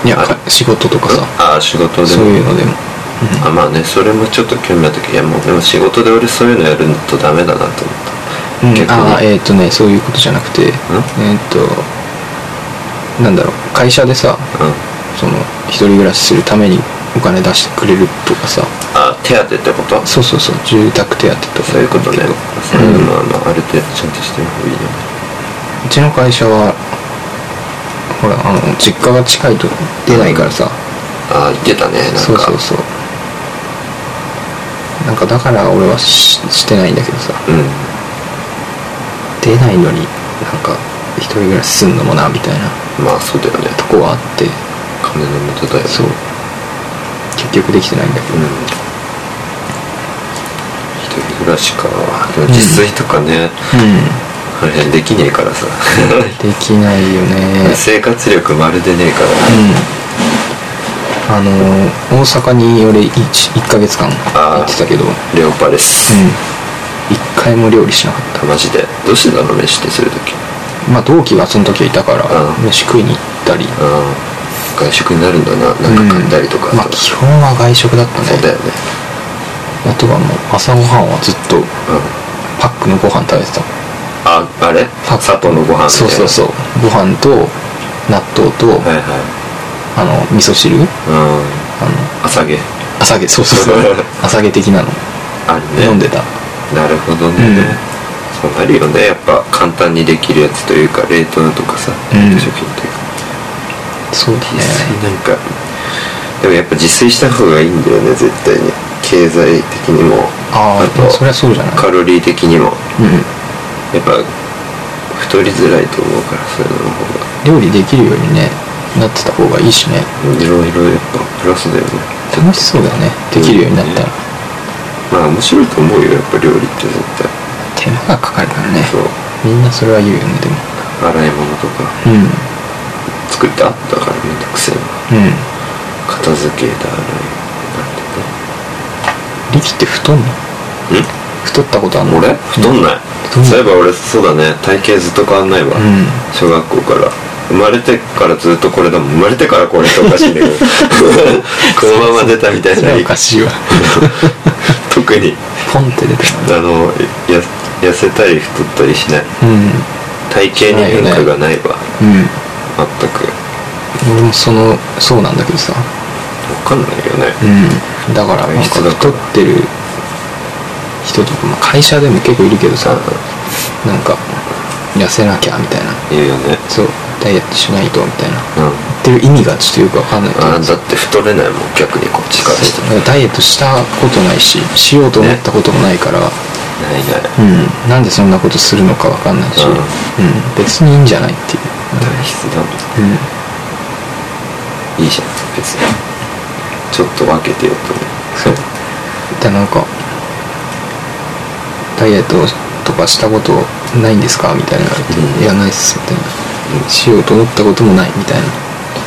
Speaker 3: いや
Speaker 2: あ
Speaker 3: か仕事とかさ
Speaker 2: ああ仕事でも
Speaker 3: そういうのでも
Speaker 2: あまあねそれもちょっと興味あったけどいやもうでも仕事で俺そういうのやるとダメだなと思った、
Speaker 3: うん
Speaker 2: 逆
Speaker 3: ああ
Speaker 2: に
Speaker 3: えっ、とねそういうことじゃなくてえっ、となんだろう会社でさ
Speaker 2: うん、
Speaker 3: その一人暮らしするためにお金出してくれるとかさ
Speaker 2: あ手当てってこと
Speaker 3: そうそうそう住宅手当とか
Speaker 2: そういうことね
Speaker 3: だけど
Speaker 2: そういうのは、まあ、ある程度ちゃんとしてる方がいいよね
Speaker 3: うちの会社はほらあの実家が近いと出ないからさ
Speaker 2: あ言ってたねなんか
Speaker 3: そうそうそうなんかだから俺はししてないんだけどさ
Speaker 2: うん
Speaker 3: 出ないのになんか一人暮らしすんのもなみたいな
Speaker 2: まあそうだよね
Speaker 3: とこはあって
Speaker 2: 金の元だよ
Speaker 3: そう結局できてないんだけ
Speaker 2: う
Speaker 3: ど、
Speaker 2: ん一人暮らしかでも自炊とかね、あれできねえからさ
Speaker 3: できないよね
Speaker 2: 生活力まるでねえから、
Speaker 3: うんあの大阪に俺 1, 1ヶ月間行ってたけどうん
Speaker 2: レオパレス、
Speaker 3: 一回も料理しなかっ
Speaker 2: あマジでどうしてたの飯ってするとき
Speaker 3: たまあ同期がその時はいたから
Speaker 2: うん
Speaker 3: 飯食いに行ったり
Speaker 2: ああ外食になるんだななんか買ったりとか、
Speaker 3: うんまあ
Speaker 2: と
Speaker 3: 基本は外食だったね
Speaker 2: そうだよね
Speaker 3: あとはもう朝ごはんはずっと
Speaker 2: うん
Speaker 3: パックのご飯食べてた
Speaker 2: ああれ
Speaker 3: パック
Speaker 2: 砂糖のご飯みたいな
Speaker 3: そうそうそうご飯と納豆と、
Speaker 2: はいは
Speaker 3: あの味噌汁
Speaker 2: いうん
Speaker 3: あの
Speaker 2: 朝毛
Speaker 3: 朝げそうそ うそう朝げ的なの、
Speaker 2: あるね
Speaker 3: 飲んでた
Speaker 2: なるほどね、
Speaker 3: うん
Speaker 2: そうなるよねやっぱ簡単にできるやつというか冷凍とかさ
Speaker 3: う
Speaker 2: 冷
Speaker 3: ん
Speaker 2: 凍食品というか、
Speaker 3: そうだね
Speaker 2: 実際なんかでもやっぱ自炊した方がいいんだよね絶対に経済的にも
Speaker 3: あーまあそりゃそうじゃない
Speaker 2: カロリー的にも
Speaker 3: う
Speaker 2: やっぱ太りづらいと思うからそういうのの方が
Speaker 3: ん料理できるようにねなってた方がいいしね
Speaker 2: いろいろやっぱプラスだよね
Speaker 3: 楽しそうだよねできるようになったら、
Speaker 2: うんまあ面白いと思うよやっぱ料理って絶対
Speaker 3: 手間がかかるからね
Speaker 2: そう
Speaker 3: みんなそれは言うよねでも
Speaker 2: 洗い物とか
Speaker 3: うんうん
Speaker 2: 作ってあったからめんどくせえな片付けだ洗い
Speaker 3: 力って太んの
Speaker 2: 物なんてね
Speaker 3: 太ったことあん
Speaker 2: ん
Speaker 3: の
Speaker 2: 俺太んない
Speaker 3: 太んない
Speaker 2: そういえば俺そうだね体型ずっと変わんないわ、
Speaker 3: うん
Speaker 2: 小学校から生まれてからずっとこれだもん生まれてからこれっておかしいん だけどこのまま出たみたい
Speaker 3: それ
Speaker 2: な
Speaker 3: はおかしいわ
Speaker 2: 特に
Speaker 3: ポンって出てき
Speaker 2: あのや痩せたり太ったりしない
Speaker 3: たうん
Speaker 2: 体型に変化がないわ
Speaker 3: うん
Speaker 2: 全く
Speaker 3: 俺もそのそうなんだけどさ
Speaker 2: 分かんないよね
Speaker 3: うんだからなんか
Speaker 2: 人だか
Speaker 3: 太
Speaker 2: ら
Speaker 3: ってる人とか、まあ、会社でも結構いるけどさなんか痩せなきゃみたいな
Speaker 2: 言うよね
Speaker 3: そうダイエットしないとみたいな言
Speaker 2: うん
Speaker 3: ってる意味がちょっとよくわかんないけど
Speaker 2: あだって太れないもん逆にこっちからして
Speaker 3: そう
Speaker 2: も
Speaker 3: だからダイエットしたことないししようと思ったこともないから、
Speaker 2: ないない
Speaker 3: うんなんでそんなことするのかわかんないし、
Speaker 2: う
Speaker 3: うんん別にいいんじゃないっていう
Speaker 2: 体質だもん
Speaker 3: うん
Speaker 2: いいじゃん別にちょっと分けてよと思
Speaker 3: そうでなんかダイエットとかしたことないんですかみたいな言われて、
Speaker 2: うん
Speaker 3: いやないっすみたいな、
Speaker 2: うん
Speaker 3: しようと思ったこともないみたいな
Speaker 2: う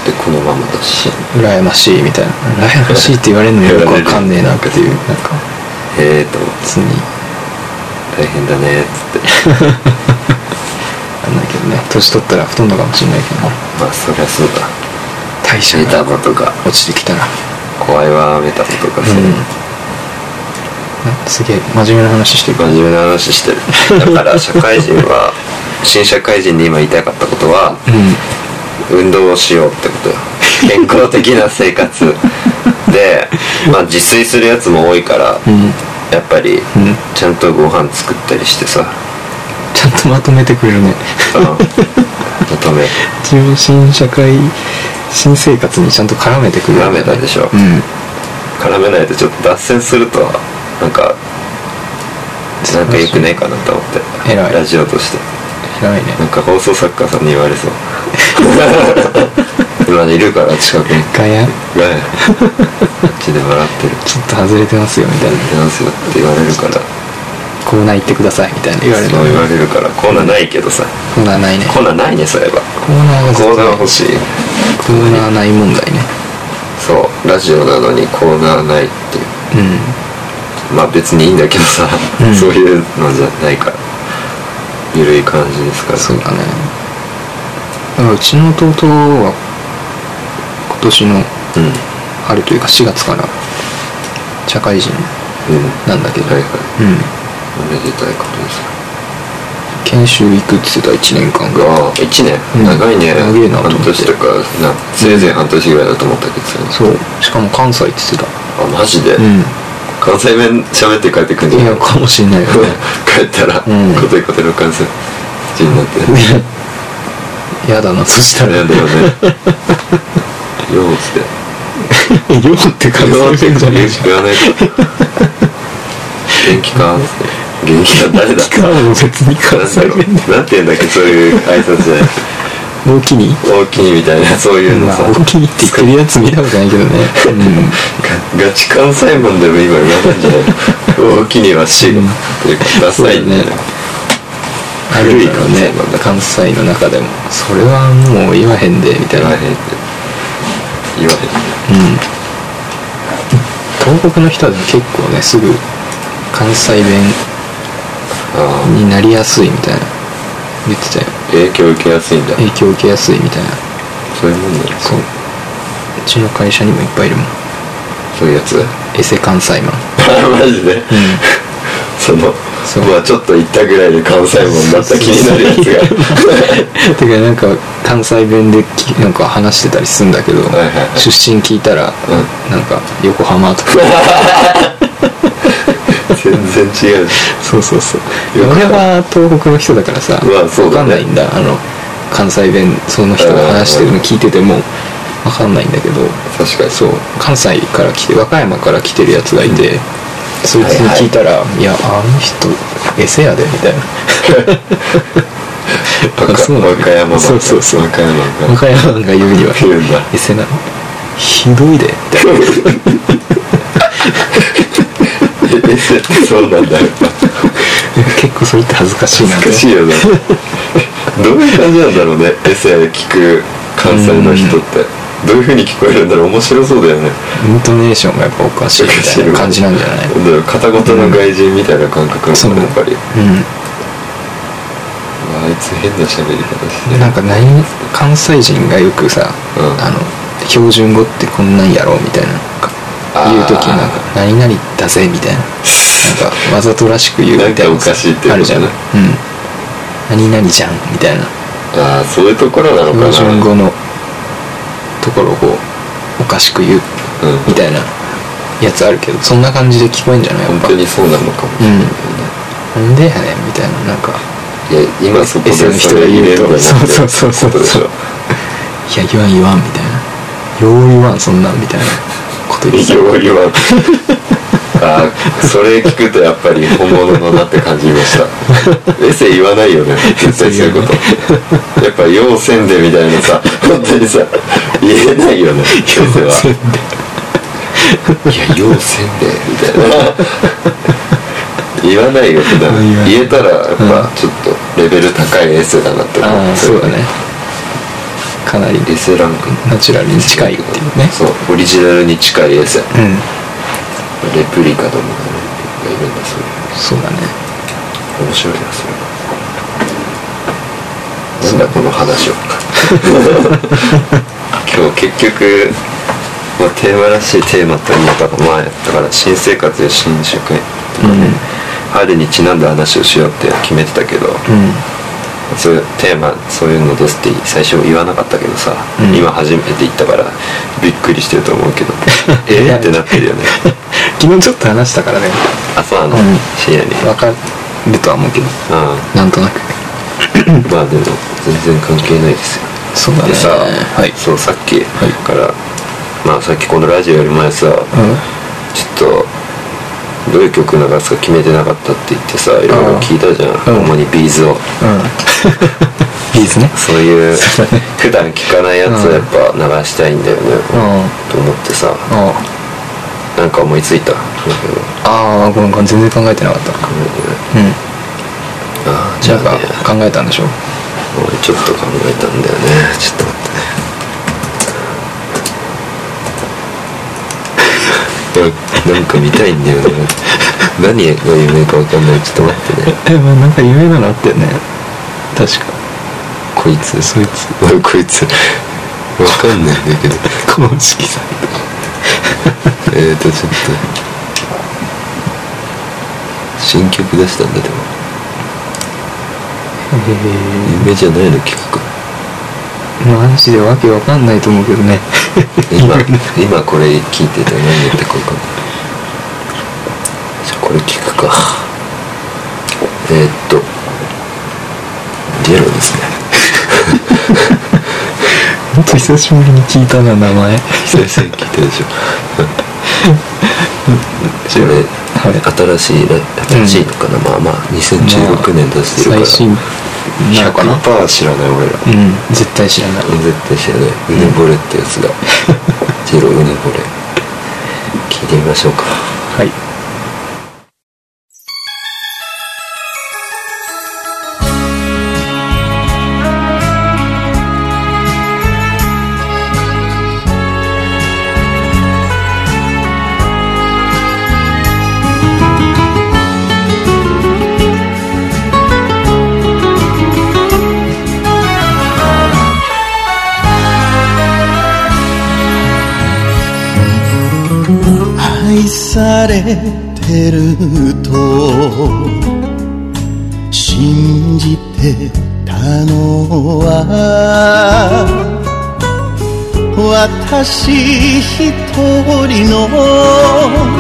Speaker 2: でこのままだしへ
Speaker 3: 羨ましいみたいな羨ましいって言われるのもよくわかんねえなっていうなんか
Speaker 2: えと思って
Speaker 3: 別に
Speaker 2: 大変だねっつって
Speaker 3: あんないけどね年取ったら太んのかもしれないけどな
Speaker 2: まあそりゃそうだ
Speaker 3: 代謝
Speaker 2: メタ
Speaker 3: が
Speaker 2: ボとか
Speaker 3: 落ちてきたら
Speaker 2: 怖いわメタボとか
Speaker 3: う
Speaker 2: さ、
Speaker 3: んなんかすげえ真面目な話してるから
Speaker 2: 真面目な話してるだから社会人は新社会人に今言いたかったことは
Speaker 3: うん
Speaker 2: 運動をしようってことよ健康的な生活で、まあ、自炊するやつも多いから、
Speaker 3: うん
Speaker 2: やっぱり
Speaker 3: ん
Speaker 2: ちゃんとご飯作ったりしてさ
Speaker 3: ちゃんとまとめてくれる ね
Speaker 2: あの求め
Speaker 3: 一応新社会新生活にちゃんと絡めてくるよね
Speaker 2: 絡めたでしょ
Speaker 3: うん
Speaker 2: 絡めないとちょっと脱線するとはなんかなんか良くないかなと思って
Speaker 3: 偉い
Speaker 2: ラジオとして
Speaker 3: 偉いね
Speaker 2: なんか放送作家さんに言われそう今いるから近くに
Speaker 3: ガヤ
Speaker 2: ねこっちで笑ってる
Speaker 3: ちょっと外れてますよみたいな
Speaker 2: なんすよって言われるから
Speaker 3: コーナー行ってくださいみたいな言われる
Speaker 2: そう言われるからコーナーないけどさ
Speaker 3: コーナーないね
Speaker 2: コーナーないねそういえば
Speaker 3: コーナーがずっ
Speaker 2: コ
Speaker 3: と
Speaker 2: ーナー
Speaker 3: ない
Speaker 2: 欲しい
Speaker 3: コーナーない問題ね
Speaker 2: そうラジオなのにコーナーないっていう
Speaker 3: うん
Speaker 2: まあ別にいいんだけどさ、
Speaker 3: うん
Speaker 2: そういうのじゃないからゆるい感じですから
Speaker 3: そうだねだからうちの弟は今年の
Speaker 2: うん
Speaker 3: 春というか4月から社会人
Speaker 2: うん
Speaker 3: なんだけど、
Speaker 2: はいはい
Speaker 3: うん
Speaker 2: おめでたいことです
Speaker 3: 研修行くって言ってた1年間ぐらい
Speaker 2: ああ1年、
Speaker 3: うん
Speaker 2: 長いね
Speaker 3: 長いなと思って
Speaker 2: 半年とかなせいぜい半年ぐらいだと思ったけどさ
Speaker 3: そうしかも関西って言って
Speaker 2: あマジで、
Speaker 3: たうん
Speaker 2: 関西弁喋って帰ってくんじゃ
Speaker 3: い
Speaker 2: ない
Speaker 3: やかもしれないよね
Speaker 2: 帰ったら、
Speaker 3: うん
Speaker 2: コテコテの関西人になっ て
Speaker 3: やだなそしたら
Speaker 2: 悩 んだよねようっつって
Speaker 3: 「よ」って感
Speaker 2: ようって
Speaker 3: じするんじゃねえじゃん
Speaker 2: 言わないと元気かっつって元気だ誰だ
Speaker 3: 聞かんも別に関
Speaker 2: なんだ
Speaker 3: 西
Speaker 2: ろ
Speaker 3: 弁
Speaker 2: うなんて言うんだっけそういう挨拶じゃない
Speaker 3: 大きに
Speaker 2: 大きいみたいなそういうの
Speaker 3: まあ
Speaker 2: さ
Speaker 3: 大きにって言ってるやつ見たことないけどねうん
Speaker 2: ガチ関西文でも今言わないんじゃないの大きには死ぬっていうかダサいんだよ
Speaker 3: そうだねある
Speaker 2: 古い
Speaker 3: んだろ
Speaker 2: 関
Speaker 3: う
Speaker 2: 西
Speaker 3: ね
Speaker 2: 文だから
Speaker 3: 関西の中でもそれはもう言わへんでみた
Speaker 2: 言
Speaker 3: い
Speaker 2: わ
Speaker 3: な
Speaker 2: へんって言わへんって
Speaker 3: 東北の人はでも結構ねすぐ関西弁
Speaker 2: ああ
Speaker 3: になりやすいみたいな言ってたよ
Speaker 2: 影響受けやすいんだ
Speaker 3: 影響受けやすいみたいな
Speaker 2: そういうもんだよ
Speaker 3: そううちの会社にもいっぱいいるもん
Speaker 2: そういうやつ
Speaker 3: エセ関西マン
Speaker 2: マジで、その
Speaker 3: そう
Speaker 2: まあちょっと言ったぐらいで関西文だった気になるやつが
Speaker 3: てかなんか関西弁できなんか話してたりするんだけど、
Speaker 2: はいはい
Speaker 3: 出身聞いたら、
Speaker 2: う
Speaker 3: なんか横浜とか
Speaker 2: 全然違う
Speaker 3: そうそうそう
Speaker 2: 横浜
Speaker 3: 俺は東北の人だからさ、
Speaker 2: うわそう
Speaker 3: 分
Speaker 2: だ
Speaker 3: かん
Speaker 2: ね
Speaker 3: ないんだあの関西弁その人が話してるの聞いてても分かんないんだけど
Speaker 2: 確かに
Speaker 3: そう関西から来て和歌山から来てるやつがいて、そいつに聞いたら「いやあの人エセやで」みたいな
Speaker 2: バカ
Speaker 3: あそうな
Speaker 2: 和
Speaker 3: の
Speaker 2: 歌山版
Speaker 3: そうそうそう
Speaker 2: 和歌山版
Speaker 3: 和歌山が言うには
Speaker 2: 言うんだ
Speaker 3: エセなのひどいでみたいな
Speaker 2: えそうなんだよ
Speaker 3: 結構それって恥ずかしいなって
Speaker 2: 難しいよねどういう感じなんだろうねエセ聞く関西の人ってどういう風に聞こえるんだろう面白そうだよね
Speaker 3: イントネーションがやっぱおかしいみたいな感じなんじゃない
Speaker 2: だから片言の外人みたいな感覚な
Speaker 3: そ
Speaker 2: の
Speaker 3: う
Speaker 2: かなやっぱり
Speaker 3: うん
Speaker 2: うわあいつ変な喋り方してる
Speaker 3: なんか何関西人がよくさ、
Speaker 2: うん
Speaker 3: あの標準語ってこんなんやろみたいな
Speaker 2: あー
Speaker 3: 言う時なんか「何々だぜ」みたいななんかわざとらしく言うみたいな
Speaker 2: なんかおかしいってことね
Speaker 3: あるじゃん、うん「何々じゃん」みたいな
Speaker 2: ああそういうところなのかな
Speaker 3: 標準語のところをこうおかしく言う
Speaker 2: うん
Speaker 3: みたいなやつあるけどそんな感じで聞こえんじゃないや
Speaker 2: 本
Speaker 3: っぱ
Speaker 2: 当にそうなのかもしれないね、
Speaker 3: なんでやねんみたいななんか
Speaker 2: いや今そこで
Speaker 3: S の人
Speaker 2: そ
Speaker 3: が
Speaker 2: れ入
Speaker 3: 言
Speaker 2: れ
Speaker 3: う
Speaker 2: る
Speaker 3: と
Speaker 2: んだな
Speaker 3: そうそうそうそう
Speaker 2: ってことでしょ
Speaker 3: いや言わん言わんみたいなよう言わんそんなんみたいなこと言ってた
Speaker 2: よう言わんあーそれ聞くとやっぱり本物のだって感じましたエセ言わないよね絶対そういうことやっぱ「要せんで」みたいなさ本当にさ言えないよねエセは「いや要せんで」みたいな言わないよ普段
Speaker 3: 言わない
Speaker 2: 言えたらやっぱちょっとレベル高いエセだなって思
Speaker 3: ああそうだねかなり
Speaker 2: エセランク
Speaker 3: ナチュラルに近いっていうね
Speaker 2: そうオリジナルに近いエセ
Speaker 3: うん
Speaker 2: レプリカどもがねいっぱいいるんだそれ
Speaker 3: そうだね
Speaker 2: 面白いなそれなんだこの話は 今日結局、まあ、テーマらしいテーマと言いたか前だから新生活や新宿とかね、春にちなんだ話をしようって決めてたけど、
Speaker 3: うん
Speaker 2: そういうテーマそういうのですって最初言わなかったけどさ、
Speaker 3: うん
Speaker 2: 今初めて言ったからびっくりしてると思うけ どえーってなってるよね
Speaker 3: 昨日ちょっと話したからね
Speaker 2: あそうなの、
Speaker 3: うん
Speaker 2: 深夜に
Speaker 3: 分かるとは思うけど
Speaker 2: うん
Speaker 3: なんとなく
Speaker 2: まあでも全然関係ないですよ
Speaker 3: そうだね
Speaker 2: でさ、
Speaker 3: はい
Speaker 2: そうさっき
Speaker 3: い
Speaker 2: から、まあさっきこのラジオより前さ、
Speaker 3: うん
Speaker 2: ちょっとどういう曲流すか決めてなかったって言ってさいろいろ聞いたじゃん、
Speaker 3: うん
Speaker 2: 主にビーズを
Speaker 3: うん いいですね
Speaker 2: そう いう普段聞かないやつをやっぱ流したいんだよね、
Speaker 3: うん
Speaker 2: と思ってさ
Speaker 3: あ
Speaker 2: なんか思いついたなんか
Speaker 3: あああごめんごめん全然考えてなかったうん
Speaker 2: ああじ
Speaker 3: じ
Speaker 2: ゃ
Speaker 3: ゃ
Speaker 2: あね
Speaker 3: あ考えたんでしょ
Speaker 2: 俺ちょっと考えたんだよねちょっと待ってねなんか見たいんだよね何が夢か分かんないちょっと待ってね
Speaker 3: えまあなんか有名なのあったよね確か
Speaker 2: こいつ
Speaker 3: そいつ
Speaker 2: 俺こいつ分かんないんだけど
Speaker 3: 公式さん
Speaker 2: えーとちょっと新曲出したんだでも
Speaker 3: え
Speaker 2: 夢じゃないの聞くか
Speaker 3: えマジでわけわかんないと思うけどね
Speaker 2: 今今これ聞いてて何言ってこうかなじゃあこれ聞くかえー、っとゲロですね
Speaker 3: ほんと久しぶりに聞いたな名前
Speaker 2: 久々に聞いてるでしょこれ、新しいラ新しいのかな、まあまあ2016年出してるから、
Speaker 3: 最新なのかな
Speaker 2: 100%知らない俺ら、
Speaker 3: うん絶対知らない
Speaker 2: 絶対知らないうねぼれってやつだジロうねぼれ聞いてみましょうか
Speaker 3: はい
Speaker 5: 愛されてると信じてたのは私一人の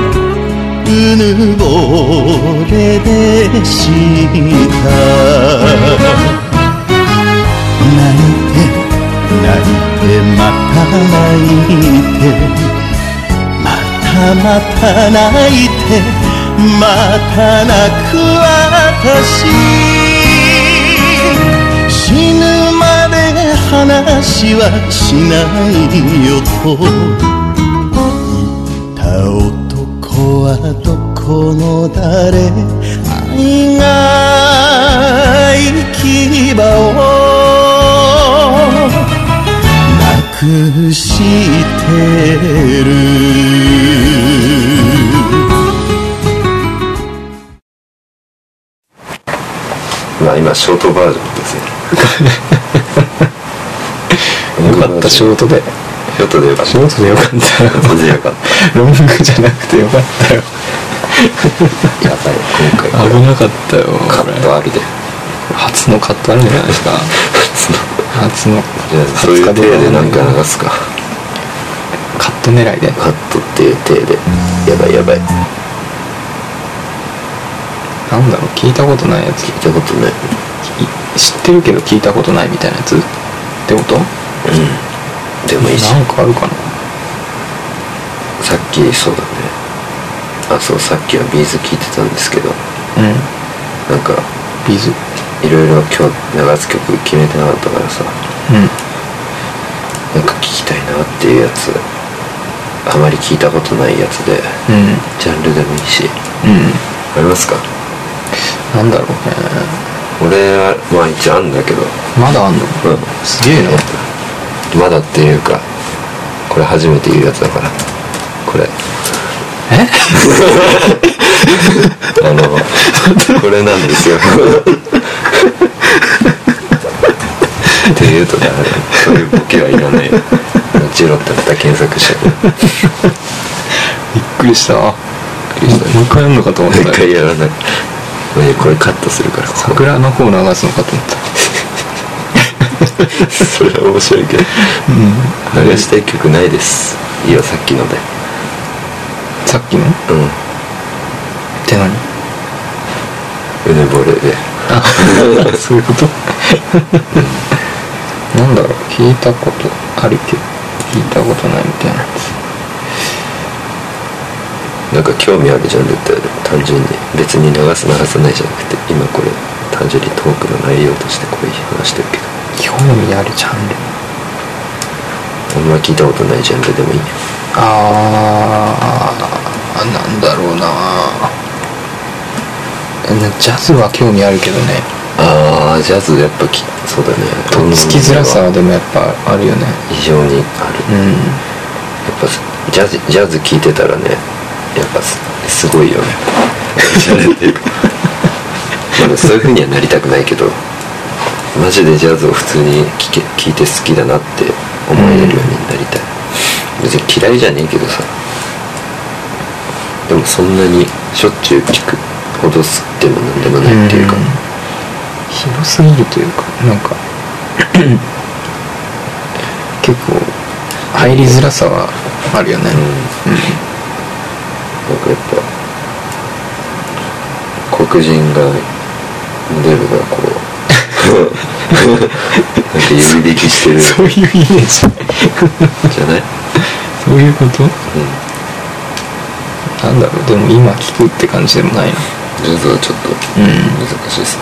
Speaker 5: うぬぼれでした泣いて泣いてまた泣いてまたまた泣いてまた泣く私死ぬまで話はしないよと言った男はどこの誰愛が行き場をなくしてる
Speaker 2: まあ今ショートバージョン ですね
Speaker 3: よかった仕事で
Speaker 2: ショートでよかった
Speaker 3: 仕事でよかっ
Speaker 2: ショートでよかった
Speaker 3: ロングじゃなくてよかったよ
Speaker 2: たやばい今回これ
Speaker 3: 危なかったよ
Speaker 2: カ
Speaker 3: これ
Speaker 2: ットあるで
Speaker 3: 初のカットあるんじゃないですか 初の
Speaker 2: いやそういう体でなんか流すか
Speaker 3: カット狙いで
Speaker 2: カットっていう体でやばいやばい聞
Speaker 3: なんだろう聞いたことないやつ
Speaker 2: いたことない
Speaker 3: い知ってるけど聞いたことないみたいなやつってこと
Speaker 2: でもいいし
Speaker 3: なんかあるかな
Speaker 2: さっきそうだねあそうさっきはビーズ聞いてたんですけど
Speaker 3: うん
Speaker 2: なんか
Speaker 3: ビーズ
Speaker 2: いろいろ今日流す曲決めてなかったからさ
Speaker 3: うん
Speaker 2: なんか聞きたいなっていうやつあまり聞いたことないやつで
Speaker 3: うん
Speaker 2: ジャンルでもいいし
Speaker 3: うん
Speaker 2: ありますか
Speaker 3: なんだろうね
Speaker 2: 俺はまあ一応あんだけど
Speaker 3: まだあんの
Speaker 2: う
Speaker 3: すげえな
Speaker 2: うんまだっていうかこれ初めて言うやつだからこれ
Speaker 3: え
Speaker 2: あのこれなんですよっていうとかそういうボケはいらないジェロってまた検索 して
Speaker 3: びっくりしたも
Speaker 2: りした
Speaker 3: う一回やるのかと思っ
Speaker 2: 毎
Speaker 3: た
Speaker 2: 回
Speaker 3: よ
Speaker 2: やらないこれカットするからここ
Speaker 3: 桜の方流すのかと思った
Speaker 2: それは面白いけど
Speaker 3: うん
Speaker 2: 流したい曲ないですいいよさっきので
Speaker 3: さっきのっ
Speaker 2: うん
Speaker 3: て何
Speaker 2: うぬぼれで
Speaker 3: あそういうことなんだろう聞いたことあるけど聞いたことないみたいなや
Speaker 2: なんか興味あるジャンルって単純に別に流す流さないじゃなくて今これ単純にトークの内容としてこういう話してるけど
Speaker 3: つ興味あるジャンル
Speaker 2: あんま聞いたことないジャンルでもいいよ
Speaker 3: あーなんだろうなえジャズは興味あるけどね
Speaker 2: ああジャズやっぱきそうだね
Speaker 3: とっつきづらさはでもやっぱあるよね
Speaker 2: 非常にある、
Speaker 3: う
Speaker 2: やっ
Speaker 3: ん
Speaker 2: ぱジャズジャズ聞いてたらねやっぱすすごいよねジャズっていうかまあでもそういうふうにはなりたくないけどマジでジャズを普通に聞け聞いて好きだなって思えるようになりたい、別に嫌いじゃねえけどさでもそんなにしょっちゅう聞くほど好きでもなんでもないっていうか、
Speaker 3: ん広すぎるというかなんか結構入りづらさはあるよね
Speaker 2: なんかやっぱ黒人がデブがこう なんか指引きしてる
Speaker 3: そういうイメージ
Speaker 2: じゃない
Speaker 3: そういうこと、なんだろうでも今聞くって感じでもないな
Speaker 2: ジャズはちょっと難しいですね、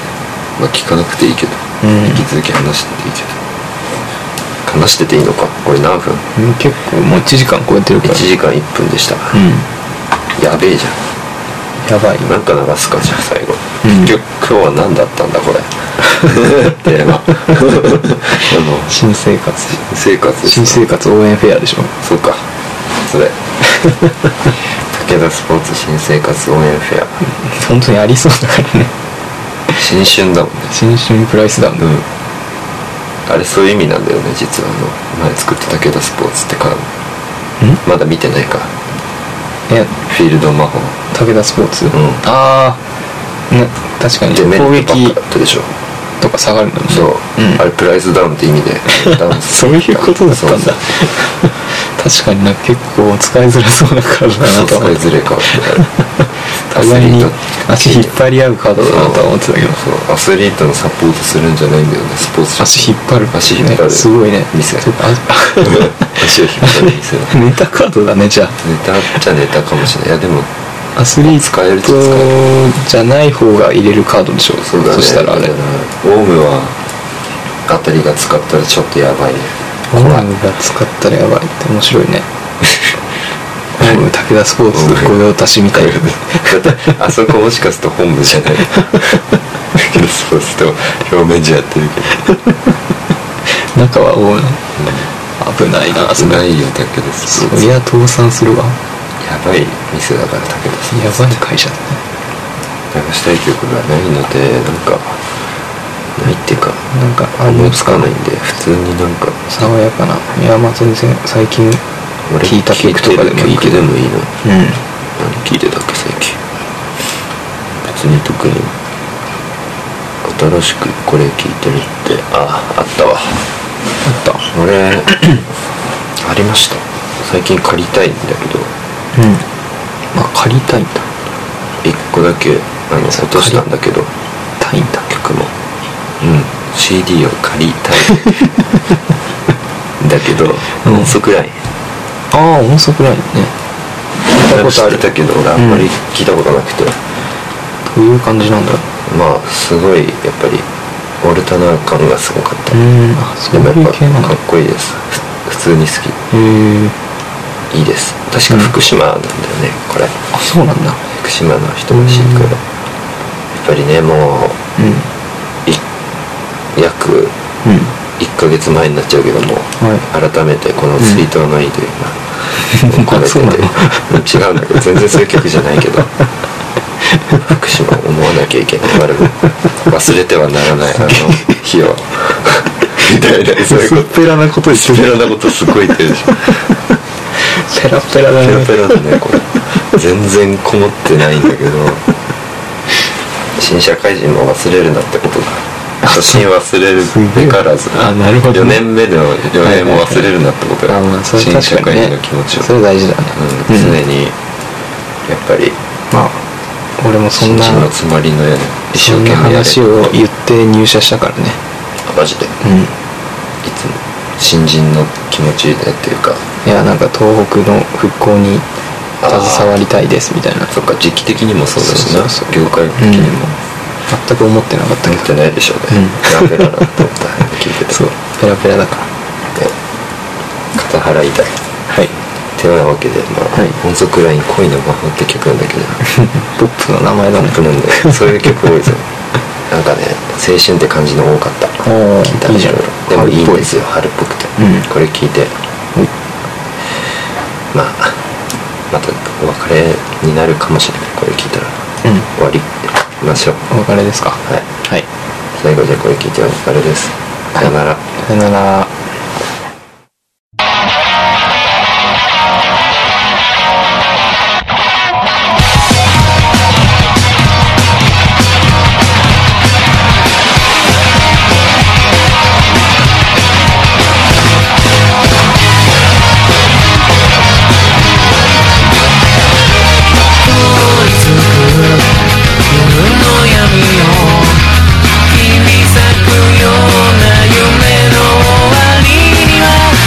Speaker 2: まあ聞かなくていいけど、
Speaker 3: うん
Speaker 2: 引き続き話してていいけど話してていいのかこれ何分
Speaker 3: うん結構もう1時間超えてるか
Speaker 2: 1
Speaker 3: ら
Speaker 2: 時間1分でした、
Speaker 3: うん
Speaker 2: やべえじゃん
Speaker 3: やばいな
Speaker 2: なんか流すかじゃあ最後、
Speaker 3: うん
Speaker 2: 結局今日は何だったんだ これテーマ あの
Speaker 3: 新生活
Speaker 2: 生活です
Speaker 3: 新
Speaker 2: か
Speaker 3: 生活応援フェアでしょ
Speaker 2: そうかそれ武田スポーツ新生活応援フェア
Speaker 3: 本当にありそうだからね
Speaker 2: 新春だもんね
Speaker 3: 新春プライスダウン
Speaker 2: うんあれそういう意味なんだよね実はあの前作った武田スポーツってカードまだ見てないか
Speaker 3: え
Speaker 2: フィールド魔法
Speaker 3: 武田スポーツ、ああ、ね、確かに
Speaker 2: でメ
Speaker 3: 攻
Speaker 2: リットばっ
Speaker 3: 撃
Speaker 2: かだったでしょ
Speaker 3: とか下がるんだもんね
Speaker 2: そう、
Speaker 3: ん、
Speaker 2: あれプライズダウンって意味で ダウンす
Speaker 3: そう
Speaker 2: る
Speaker 3: いうことだったん
Speaker 2: そう
Speaker 3: だ確かになんか結構使いづらそうなカードだ
Speaker 2: そう
Speaker 3: なと
Speaker 2: そ
Speaker 3: は
Speaker 2: う使
Speaker 3: 思っ
Speaker 2: い
Speaker 3: て
Speaker 2: ずれか
Speaker 3: 互いに足引っ張り合うカードだなとは思ってたけど
Speaker 2: そうアスリートのサポートするんじゃないんだよねスポーツ
Speaker 3: 足引っ張る
Speaker 2: 足引っ張る
Speaker 3: すごいね
Speaker 2: 店
Speaker 3: そうかあ
Speaker 2: 足を引っ張る店だ
Speaker 3: ネタカードだねじゃあ
Speaker 2: ネタっちゃネタかもし れないいやでも
Speaker 3: アスリー
Speaker 2: 使えるっちゃ使
Speaker 3: トじゃない方が入れるカードでしょ
Speaker 2: そうだね
Speaker 3: したらあれ
Speaker 2: だからオウムはあたりが使ったらちょっとや ばいね
Speaker 3: オウムが使ったらやばいって面白いねオウム武田スポーツ御用達みたいな
Speaker 2: だってあそこもしかすると本部じゃないだけどそうすると表面じゃやってるけど
Speaker 3: 中はオウム危ないなそれ
Speaker 2: ないよだけです
Speaker 3: そ
Speaker 2: や
Speaker 3: りゃ倒産するわ
Speaker 2: ばい店だからだけどさ
Speaker 3: やばい会社だね
Speaker 2: 流したい曲がないのでなんかないっていうか
Speaker 3: なんかあ
Speaker 2: 思
Speaker 3: 思
Speaker 2: い
Speaker 3: い
Speaker 2: つ
Speaker 3: つ
Speaker 2: か
Speaker 3: か
Speaker 2: な
Speaker 3: ないい
Speaker 2: んで普通になんか
Speaker 3: 爽やかな宮本全然最近
Speaker 2: 俺
Speaker 3: 聞いた曲とかでもいいけ
Speaker 2: 聞て
Speaker 3: ど
Speaker 2: る曲でもいいな
Speaker 3: うん
Speaker 2: 何聞いてたっけ最近別に特に新しくこれ聞いてるってああったわ
Speaker 3: あっ
Speaker 2: 俺 ありました最近借りたいんだけど
Speaker 3: たうんまあ借りたいんだ
Speaker 2: 一個だけあの落としたんだけど
Speaker 3: たいんだ
Speaker 2: 曲もうん CD を借り たいだけど
Speaker 3: うん
Speaker 2: 音速ライン
Speaker 3: ああ音速ラインね聞いたことあ
Speaker 2: 知っ
Speaker 3: る
Speaker 2: てたけど俺あんまり
Speaker 3: うん
Speaker 2: 聞いたことなくて、
Speaker 3: どういう感じなんだろ
Speaker 2: まあすごいやっぱりオルタナ感がすごかった、
Speaker 3: ううんあそ
Speaker 2: で
Speaker 3: う
Speaker 2: も
Speaker 3: い
Speaker 2: やっ
Speaker 3: う
Speaker 2: ぱ
Speaker 3: 系なんだ
Speaker 2: か
Speaker 3: へ
Speaker 2: っこいいですふ普通に好
Speaker 3: え
Speaker 2: きいいです確か福島なんだよね、これ
Speaker 3: あそうなんだ
Speaker 2: 福島の人らしいから、
Speaker 3: うん
Speaker 2: やっぱりねもう
Speaker 3: うん
Speaker 2: い約
Speaker 3: うん
Speaker 2: 1ヶ月前になっちゃうけども、
Speaker 3: は
Speaker 2: 改めてこの「水筒のいい」というの
Speaker 3: うん
Speaker 2: をこれ
Speaker 3: あそうなの
Speaker 2: てて違うんだけど全然そういう曲じゃないけど福島を思わなきゃいけない我々忘れてはならないあの日をみたいなそういう こと
Speaker 3: ペラなこと
Speaker 2: 薄っぺらなことすごい言ってるでしょ
Speaker 3: ペラペラだ
Speaker 2: ペラ
Speaker 3: ね
Speaker 2: ペラだねこれ全然こもってないんだけど新社会人も忘れるなってことだ初心忘れるべからず
Speaker 3: すげえあなるほど
Speaker 2: 4年目でも4年も忘れるなってことだ、
Speaker 3: あまあそれ
Speaker 2: 新社
Speaker 3: 確か
Speaker 2: 会
Speaker 3: に
Speaker 2: 人
Speaker 3: ね
Speaker 2: の気持ちを、
Speaker 3: それ大事だね
Speaker 2: うん、常にやっぱり
Speaker 3: まあ俺もそん
Speaker 2: 新
Speaker 3: な
Speaker 2: 人の詰まりのや一生
Speaker 3: そん
Speaker 2: 懸
Speaker 3: な
Speaker 2: 命やれ
Speaker 3: 話を言って入社したからね
Speaker 2: あマジでい
Speaker 3: うん
Speaker 2: つも新人の気持ちでっていうか
Speaker 3: いやなんか東北の復興に
Speaker 2: あー
Speaker 3: 携わりたいですみたいな
Speaker 2: そっか時期的にもそうだしな
Speaker 3: そうそうそう
Speaker 2: 業界的にも、
Speaker 3: 全く思ってなかった
Speaker 2: 思
Speaker 3: け
Speaker 2: って
Speaker 3: ど
Speaker 2: ないでしょうね、
Speaker 3: うん
Speaker 2: ペラペラだと思った聞いてて
Speaker 3: そうペラペラだから
Speaker 2: で肩払いたい
Speaker 3: はい
Speaker 2: てなわけで、まあ
Speaker 3: はい
Speaker 2: 音速ライン恋の魔法って曲なんだ けど
Speaker 3: ポップの名前だね
Speaker 2: ラップなん でそういう曲多いぞなんかね青春って感じの多かった
Speaker 3: おー
Speaker 2: 聞いたら
Speaker 3: いいじゃん
Speaker 2: でもいいん
Speaker 3: 春っぽい
Speaker 2: ですよ春っぽくて、
Speaker 3: うん
Speaker 2: これ聞いてまあまたお別れになるかもしれないこれ聞いたら
Speaker 3: うん
Speaker 2: 終わりましょう
Speaker 3: お別れですか
Speaker 2: はい
Speaker 3: はい
Speaker 2: 最後じゃあこれ聞いてお別れですさよなら、
Speaker 3: さよなら
Speaker 5: 追いつく夜の闇を君さえくような夢の終わり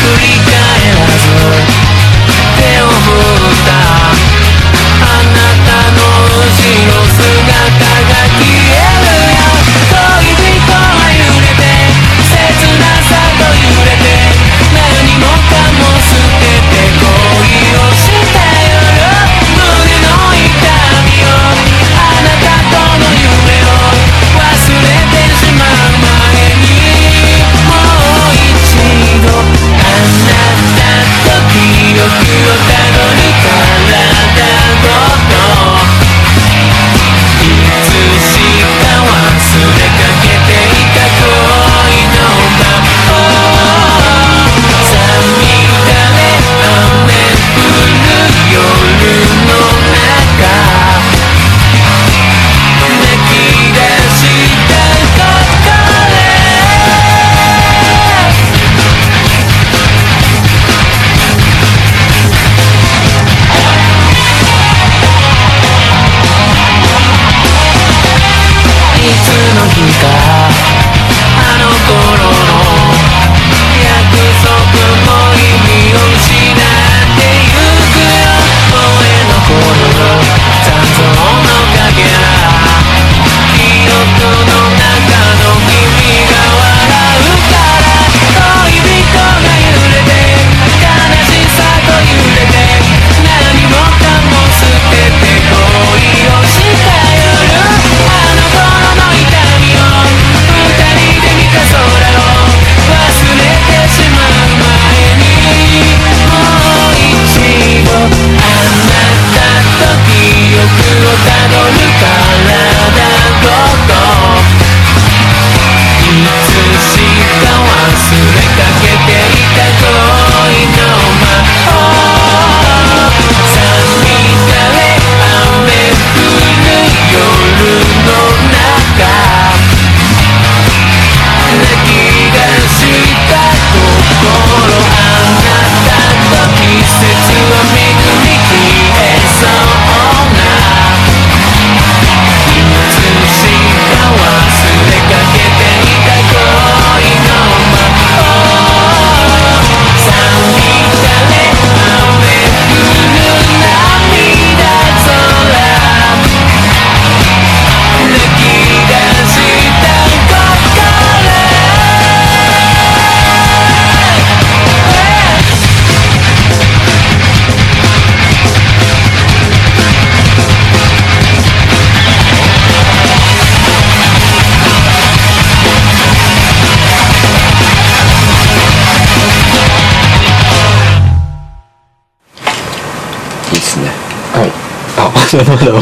Speaker 3: 話はまだ終わっ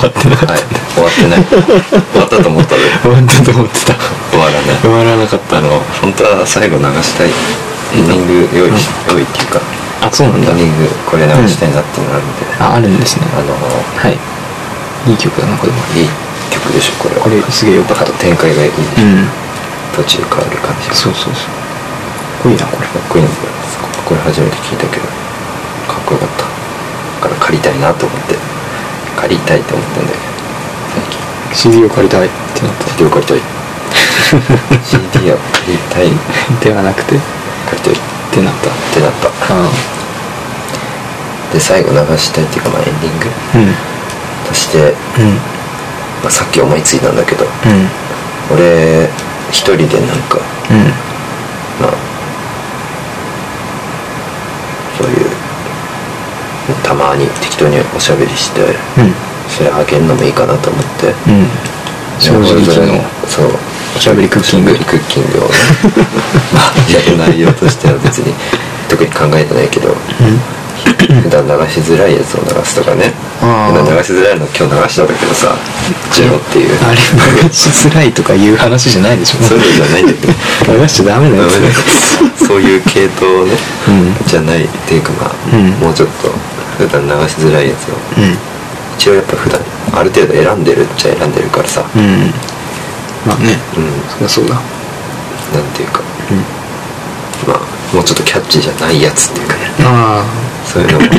Speaker 3: てなかった、
Speaker 2: はい終わってない終わったと思ったで
Speaker 3: 終わったと思ってた
Speaker 2: 終わらない
Speaker 3: 終わらなかっ
Speaker 2: あ
Speaker 3: た
Speaker 2: の本当は最後流したいエンディング用意し、用意っていうか
Speaker 3: あそうなん
Speaker 2: エンデ
Speaker 3: だ
Speaker 2: ィングこれ流したいなっていうのがあるんで、
Speaker 3: ああるんですね
Speaker 2: あの
Speaker 3: はいいい曲だなこれも
Speaker 2: いい曲でしょこれは
Speaker 3: これすげえよかった
Speaker 2: あと展開がいいでしょ、
Speaker 3: うん
Speaker 2: 途中変わる感じが
Speaker 3: そうそうそうかっこいいなこれ
Speaker 2: かっこいいのこれこれ初めて聞いたけどかっこよかっただから借りたいなと思って借りたいと思ったんだけど最近
Speaker 3: CD を借りたいってなっ
Speaker 2: CD を借りたい CD を借りたい
Speaker 3: た ではなくてっ
Speaker 2: 借りたいって
Speaker 3: なった
Speaker 2: てなった
Speaker 3: あ
Speaker 2: で最後流したいっていうかまあエンディング
Speaker 3: あうん
Speaker 2: として、
Speaker 3: うん
Speaker 2: まあ、さっき思いついたんだけど
Speaker 3: うん
Speaker 2: 俺一人でなんか
Speaker 3: うん
Speaker 2: まあそういうたまに適当におしゃべりして
Speaker 3: うん
Speaker 2: それあげるのもいいかなと思って
Speaker 3: うん正直の
Speaker 2: そう
Speaker 3: おしゃべりクッキング
Speaker 2: おしゃべりクッキング をねまあやる内容としては別に特に考えてないけど、普段流しづらいやつを流すとかね
Speaker 3: あ
Speaker 2: 普
Speaker 3: ー
Speaker 2: 段流しづらいの今日流したんだけどさジェロっていう
Speaker 3: あれ流しづらいとかいう話じゃないでしょ
Speaker 2: そういうのじゃないんだけど
Speaker 3: 流しちゃダメな
Speaker 2: ダ
Speaker 3: やつ
Speaker 2: メだよそういう系統ね、
Speaker 3: う
Speaker 2: じゃないっていうかまあ、
Speaker 3: うん
Speaker 2: もうちょっと普段流しづらいやつを一応やっぱ普段ある程度選んでるっちゃ選んでるからさ、
Speaker 3: うんうんまあね
Speaker 2: うん
Speaker 3: そりゃそうだ
Speaker 2: なんていうか
Speaker 3: うん
Speaker 2: まあもうちょっとキャッチじゃないやつっていうかね
Speaker 3: あ
Speaker 2: そういうのも流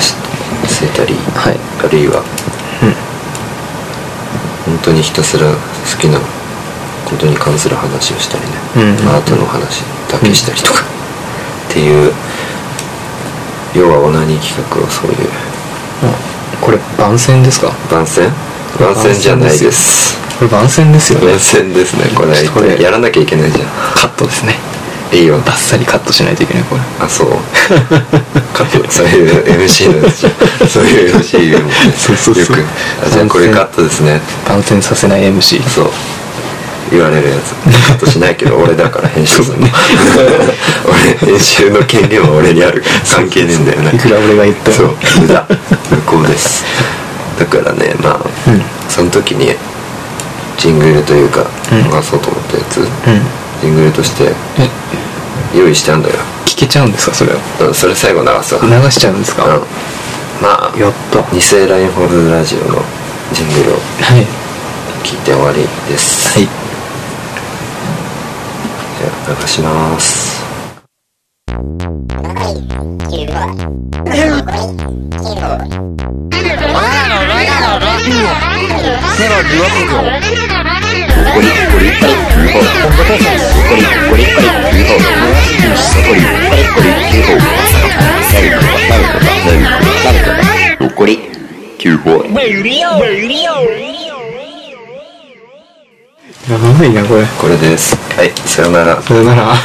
Speaker 2: してたり、
Speaker 3: はい
Speaker 2: あるいは
Speaker 3: あうん
Speaker 2: 本当にひたすら好きなことに関する話をしたりね、
Speaker 3: うんうん
Speaker 2: アートの話だけしたりとか、っていう要はオナニー企画をそういう
Speaker 3: あこれ番宣ですか
Speaker 2: 番宣番宣じゃないです
Speaker 3: これ番宣ですよね
Speaker 2: 番宣ですねこ
Speaker 3: ちょっとこれ
Speaker 2: れやらなきゃいけないじゃ
Speaker 3: カットですね
Speaker 2: んいいよ
Speaker 3: バッサリカットしないといけないこれ
Speaker 2: あ そうカットそういう MC のやつじゃんそういう MC も
Speaker 3: そうそうそう
Speaker 2: よくあじゃあこれカットですね
Speaker 3: 番宣させない MC
Speaker 2: そう言われるやつカットしないけ ど俺だから編集するの俺編集の権限は俺にある関係ねえんだよね
Speaker 3: いくら俺が言っても
Speaker 2: そう無駄無効ですだからねまあ、
Speaker 3: うん
Speaker 2: その時にジングルというか
Speaker 3: うん
Speaker 2: 流そうと思ったやつ、
Speaker 3: うん
Speaker 2: ジングルとして
Speaker 3: え
Speaker 2: 用意したんだよ
Speaker 3: 聞けちゃうんですかそれを
Speaker 2: うんそれ最後流すわ
Speaker 3: 流しちゃうんですか
Speaker 2: うんまあ
Speaker 3: やった
Speaker 2: 偽ラインホールラジオのジングルを
Speaker 3: はい
Speaker 2: 聞いて終わりです
Speaker 3: はい
Speaker 2: じゃあ流します
Speaker 1: セロリは不況
Speaker 3: やばいなこれ
Speaker 2: これですはいさようなら
Speaker 3: それなら